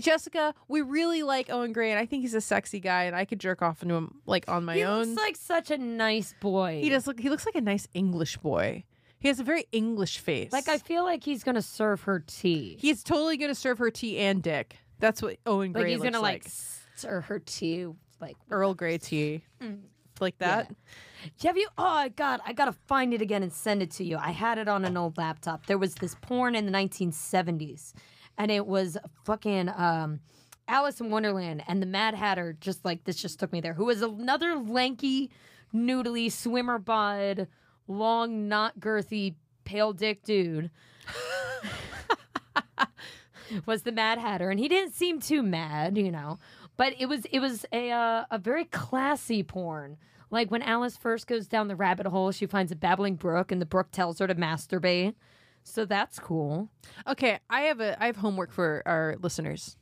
Jessica? We really like Owen Gray, and I think he's a sexy guy, and I could jerk off into him like on my he own. looks like such a nice boy. he does look. He looks like a nice English boy. He has a very English face. Like I feel like he's gonna serve her tea. he's totally gonna serve her tea and dick. That's what Owen Gray like he's looks gonna like like. stir her tea. Like Earl Grey tea, Mm. like that. Have you? Oh God, I gotta find it again and send it to you. I had it on an old laptop. There was this porn in the 1970s, and it was fucking um, Alice in Wonderland and the Mad Hatter. Just like this, just took me there. Who was another lanky, noodly swimmer bod, long, not girthy, pale dick dude. was the Mad Hatter, and he didn't seem too mad, you know. But it was it was a uh, a very classy porn. Like when Alice first goes down the rabbit hole, she finds a babbling brook, and the brook tells her to masturbate. So that's cool. Okay, I have a I have homework for our listeners.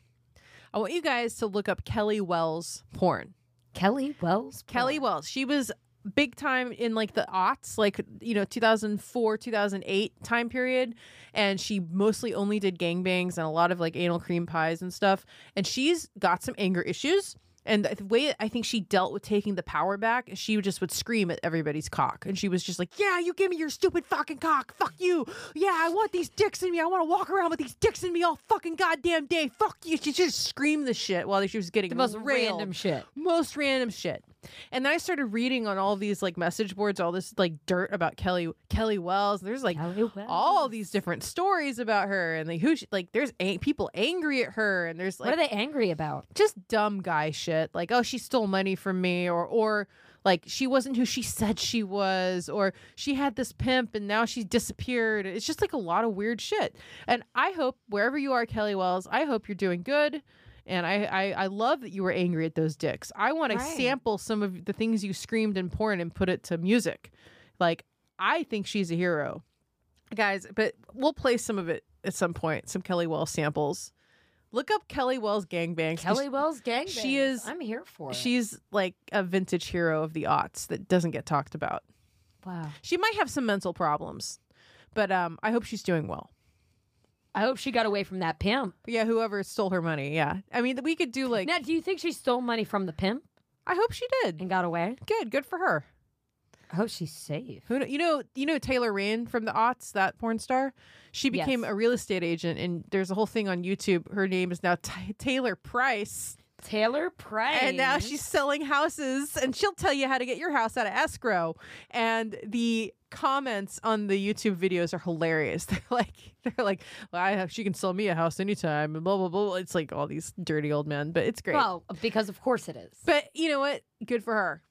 I want you guys to look up Kelly Wells porn. Kelly Wells, porn. Kelly Wells. She was big time in like the aughts, like you know, 2004, 2008 time period, and she mostly only did gangbangs and a lot of like anal cream pies and stuff. And she's got some anger issues. And the way I think she dealt with taking the power back, is she just would scream at everybody's cock. And she was just like, Yeah, you give me your stupid fucking cock. Fuck you. Yeah, I want these dicks in me. I want to walk around with these dicks in me all fucking goddamn day. Fuck you. She just screamed the shit while she was getting the most railed random shit. most random shit. And then I started reading on all these like message boards, all this like dirt about Kelly Kelly Wells. There's like Kelly Wells. all these different stories about her, and like who she, like there's a- people angry at her, and there's what like are they angry about? just dumb guy shit, like oh she stole money from me, or or like she wasn't who she said she was, or she had this pimp and now she disappeared. It's just like a lot of weird shit. And I hope wherever you are, Kelly Wells, I hope you're doing good. And I, I, I love that you were angry at those dicks. I want to Right. sample some of the things you screamed in porn and put it to music. Like, I think she's a hero. Guys, but we'll play some of it at some point, some Kelly Wells samples. Look up Kelly Wells gangbangs. 'cause Kelly Wells gang. she is- I'm here for it. She's like a vintage hero of the aughts that doesn't get talked about. wow. She might have some mental problems, but um, I hope she's doing well. I hope she got away from that pimp. Yeah, whoever stole her money. Yeah, I mean, we could do like. Now, do you think she stole money from the pimp I hope she did. and got away? Good, good for her. I hope she's safe. Who kn- you know? You know Taylor Rain from the aughts, that porn star. She became Yes. a real estate agent, and there's a whole thing on YouTube. Her name is now T- Taylor Price, Taylor Price. and now she's selling houses, and she'll tell you how to get your house out of escrow. And the comments on the YouTube videos are hilarious. They're like, they're like, well, I have, she can sell me a house anytime, and blah blah blah. It's like all these dirty old men, but it's great. Well, because of course it is. but you know what? Good for her.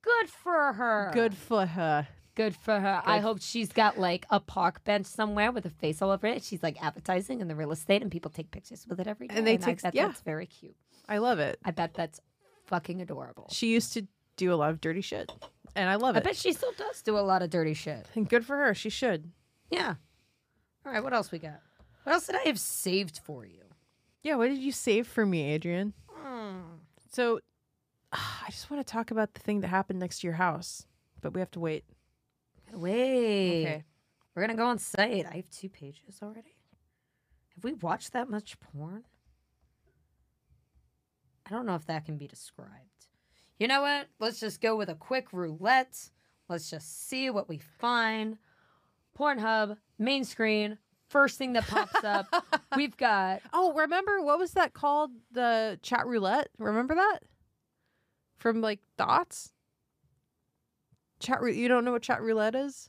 Good for her. Good for her. Good for her. I hope she's got like a park bench somewhere with a face all over it. She's like advertising in the real estate, and people take pictures with it every day. And they I take- bet yeah. that's very cute. I love it. I bet that's fucking adorable. She used to do a lot of dirty shit, and I love I it. bet she still does do a lot of dirty shit. and good for her. She should. Yeah. All right. What else we got? What else did I have saved for you? Yeah. What did you save for me, Adrian? Hmm. So, I just want to talk about the thing that happened next to your house, but we have to wait. Wait. We're gonna go on site. I have two pages already. Have we watched that much porn? I don't know if that can be described. You know what? Let's just go with a quick roulette. Let's just see what we find. Pornhub, main screen, first thing that pops up. We've got Oh, remember what was that called? The chat roulette. Remember that from like dots. Chat. Rou- you don't know what chat roulette is?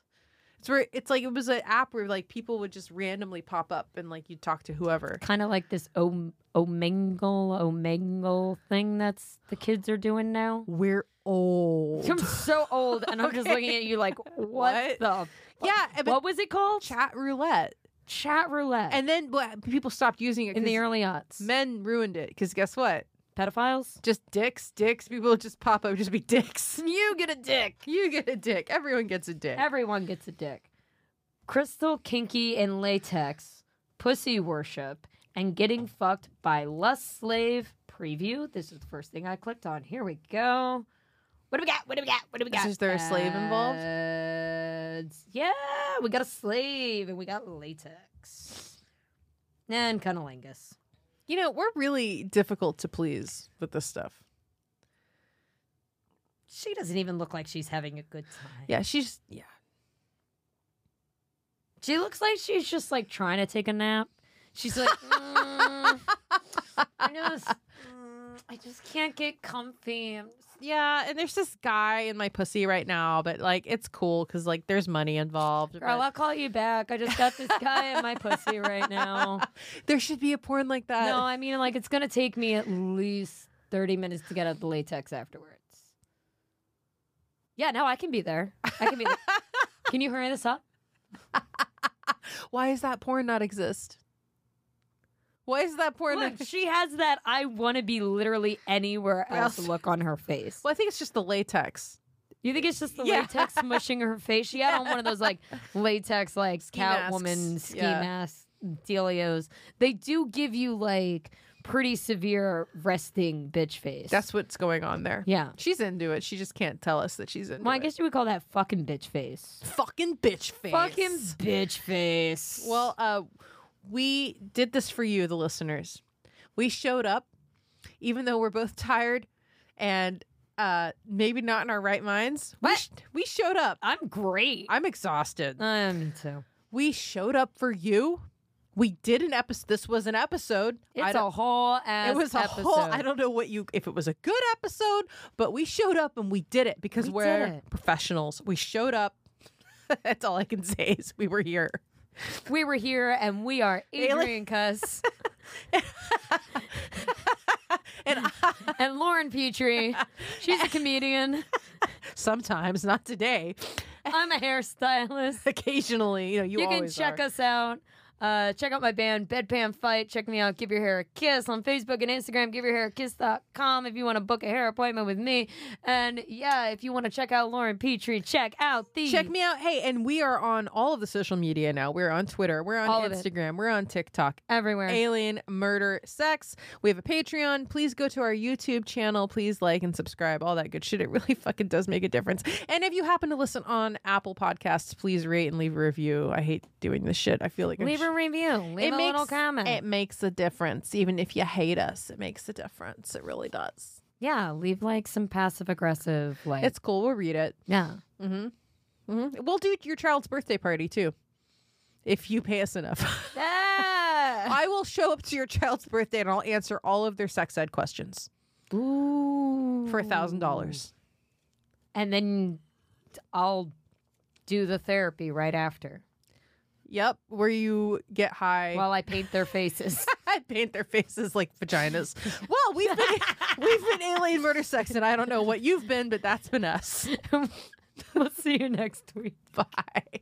It's where it's like it was an app where like people would just randomly pop up and like you'd talk to whoever. kind of like this om- omingle, omingle thing that's the kids are doing now. We're old. I'm so old, and I'm just looking at you like, what, What? the yeah, and but what was it called? chat roulette. Chat roulette. And then well, people stopped using it in the 'cause early aughts, men ruined it because guess what? pedophiles. Just dicks, dicks. People would just pop up, just be dicks. You get a dick. You get a dick. Everyone gets a dick. Everyone gets a dick. Crystal, kinky, and latex, pussy worship, and getting fucked by lust slave preview. This is the first thing I clicked on. Here we go. What do we got? What do we got? What do we got? Is there a slave involved? Ads. Yeah, we got a slave and we got latex. And cunnilingus. You know, we're really difficult to please with this stuff. She doesn't even look like she's having a good time. Yeah, she's yeah. She looks like she's just like trying to take a nap. She's like, mm, I just, mm, I just can't get comfy. I'm just- Yeah, and there's this guy in my pussy right now, but like it's cool because like there's money involved. Girl, I'll call you back. I just got this guy in my pussy right now. There should be a porn like that. No, I mean like it's gonna take me at least thirty minutes to get out the latex afterwards. Yeah, no, I can be there. I can be. There. can you hurry this up? Why is that porn not exist? Why is that porn? not- Look, she has that. I want to be literally anywhere Well, else. Look on her face. well, I think it's just the latex. You think it's just the Yeah. latex mushing her face? She had on one of those like latex like Ski Catwoman masks. ski Yeah. mask dealios. They do give you like pretty severe resting bitch face. That's what's going on there. yeah. She's into it. She just can't tell us that she's into Well, I it. guess you would call that fucking bitch face. fucking bitch face. Fucking bitch face. Well, uh, we did this for you, the listeners. We showed up, even though we're both tired and uh, maybe not in our right minds. We, What? sh- we showed up. I'm great. I'm exhausted. Uh, me too. We showed up for you. We did an episode. This was an episode. I It's don't- a whole ass. it was a episode. whole. I don't know what you if it was a good episode, but we showed up and we did it because We we did are it. professionals. We showed up. That's all I can say is we were here. We were here and we are Alien- Adrian Cuss And I, and Lauren Petrie. She's a comedian. sometimes, not today, I'm a hairstylist. occasionally, you know, you, you, can always check are. us out. Uh, check out my band, Bedpan Fight. Check me out, Give Your Hair a Kiss on Facebook and Instagram, giveyourhairakiss.com if you want to book a hair appointment with me. And yeah, if you want to check out Lauren Petrie, check out the. Check me out. Hey, and we are on all of the social media now. We're on Twitter, we're on All of it. Instagram, we're on TikTok. Everywhere. Alien murder sex. We have a Patreon. Please go to our YouTube channel. Please like and subscribe. All that good shit. It really fucking does make a difference. And if you happen to listen on Apple Podcasts, please rate and leave a review. I hate doing this shit. I feel like I'm Leave sh- a review. Leave a little comment. it makes a difference. Even if you hate us, it makes a difference. It really does. yeah, leave like some passive aggressive, like. It's cool. We'll read it. yeah. Mhm. We'll do your child's birthday party too, if you pay us enough. Ah! I will show up to your child's birthday and I'll answer all of their sex ed questions Ooh. for a thousand dollars. And then I'll do the therapy right after Yep, where you get high. while I paint their faces. I paint their faces like vaginas. well, we've been we've been alien murder sex, and I don't know what you've been, but that's been us. we'll see you next week. Bye.